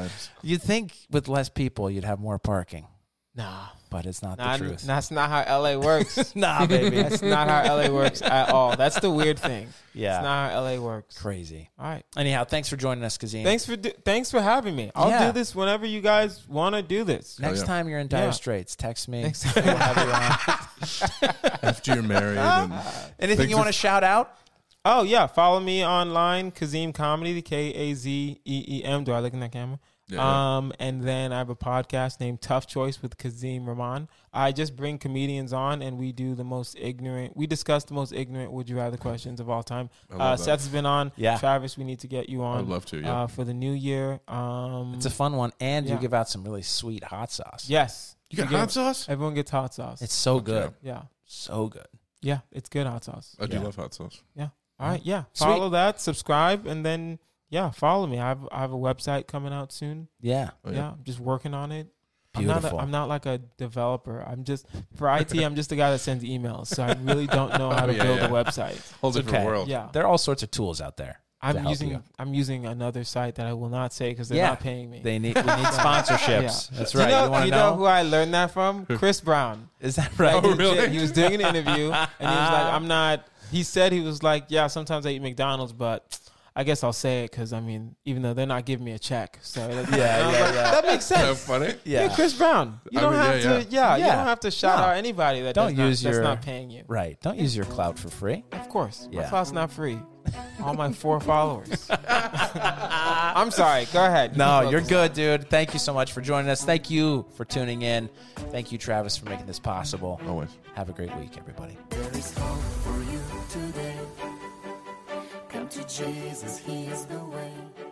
E: times.
C: You'd think with less people you'd have more parking,
D: Nah,
C: but it's not
D: nah,
C: the truth.
D: that's not how LA works.
C: nah, baby.
D: that's not how LA works at all. That's the weird thing.
C: yeah.
D: It's not how LA works.
C: crazy.
D: All right.
C: Anyhow, thanks for joining us, Kazim.
D: Thanks for do- thanks for having me. I'll
C: Yeah.
D: do this whenever you guys want to do this.
C: Next
E: Oh, yeah.
C: time you're in dire
D: Yeah.
C: straits, text me.
D: Next
C: We'll have you on.
E: After you're married, and
C: Anything
E: Thanks
C: you
E: for-
C: want to shout out?
D: Oh yeah, follow me online, Kazim Comedy, K A Z E E M. Do I look in that camera?
E: Yeah.
D: Um, and then I have a podcast named Tough Choice with Kazim Rahman. I just bring comedians on, and we do the most ignorant. We discuss the most ignorant Would you rather questions of all time.
E: love
D: Uh,
E: that.
D: Seth's been on.
C: Yeah.
D: Travis, we need to get you on.
E: I'd love to, yeah.
D: uh, for the new year. Um,
C: It's a fun one, and you
D: Yeah.
C: give out some really sweet hot sauce.
D: yes.
E: you got
D: get-
E: hot sauce.
D: Everyone gets hot sauce.
C: It's so good,
D: yeah,
C: so good.
D: yeah. It's good hot sauce.
E: I do
C: Yeah.
E: love hot sauce.
D: All right, yeah.
C: Sweet.
D: Follow that, subscribe, and then yeah, follow me. I have I have a website coming out soon.
C: Yeah,
E: Oh,
D: yeah. I'm just working on it. I'm not
C: beautiful.
D: a, I'm not like a developer. I'm just for IT. I'm just the guy that sends emails. So I really don't know how to
E: Yeah,
D: build
E: yeah. Oh,
D: a website.
E: Whole different
C: Okay.
E: world.
D: Yeah,
C: there are all sorts of tools out there. to
D: I'm
C: help
D: using
C: you.
D: I'm using another site that I will not say because they're
C: Yeah.
D: not paying me.
C: They need we need sponsorships. That's right.
D: You know,
C: want to
D: you know who I learned that from? Chris Brown.
C: Is that
D: Like,
C: right?
E: Oh,
D: he, was- he was doing an interview and he was like, I'm not. He said he was like, yeah, sometimes I eat McDonald's, but I guess I'll say it because I mean, even though they're not giving me a check, so
C: Yeah,
D: yeah,
C: yeah, yeah.
D: that makes sense.
E: So funny.
D: Yeah.
C: Yeah.
D: Chris Brown. You
E: I
D: don't
E: mean,
D: have
E: yeah,
D: to. Yeah. you
C: Yeah.
D: don't have to shout
C: No.
D: out anybody that
C: Don't
D: don't
C: use
D: use not,
C: your-
D: that's not paying you.
C: Right. Don't use your clout for free.
D: Of course, my
C: Yeah.
D: class not free. All my four followers. I'm sorry. Go ahead. You can
C: No,
D: go
C: you're
D: this-
C: good, dude. Thank you so much for joining us. Thank you for tuning in. Thank you, Travis, for making this possible.
E: Always.
C: Have a great week, everybody.
B: There is hope for you today. Come to Jesus, He is the way.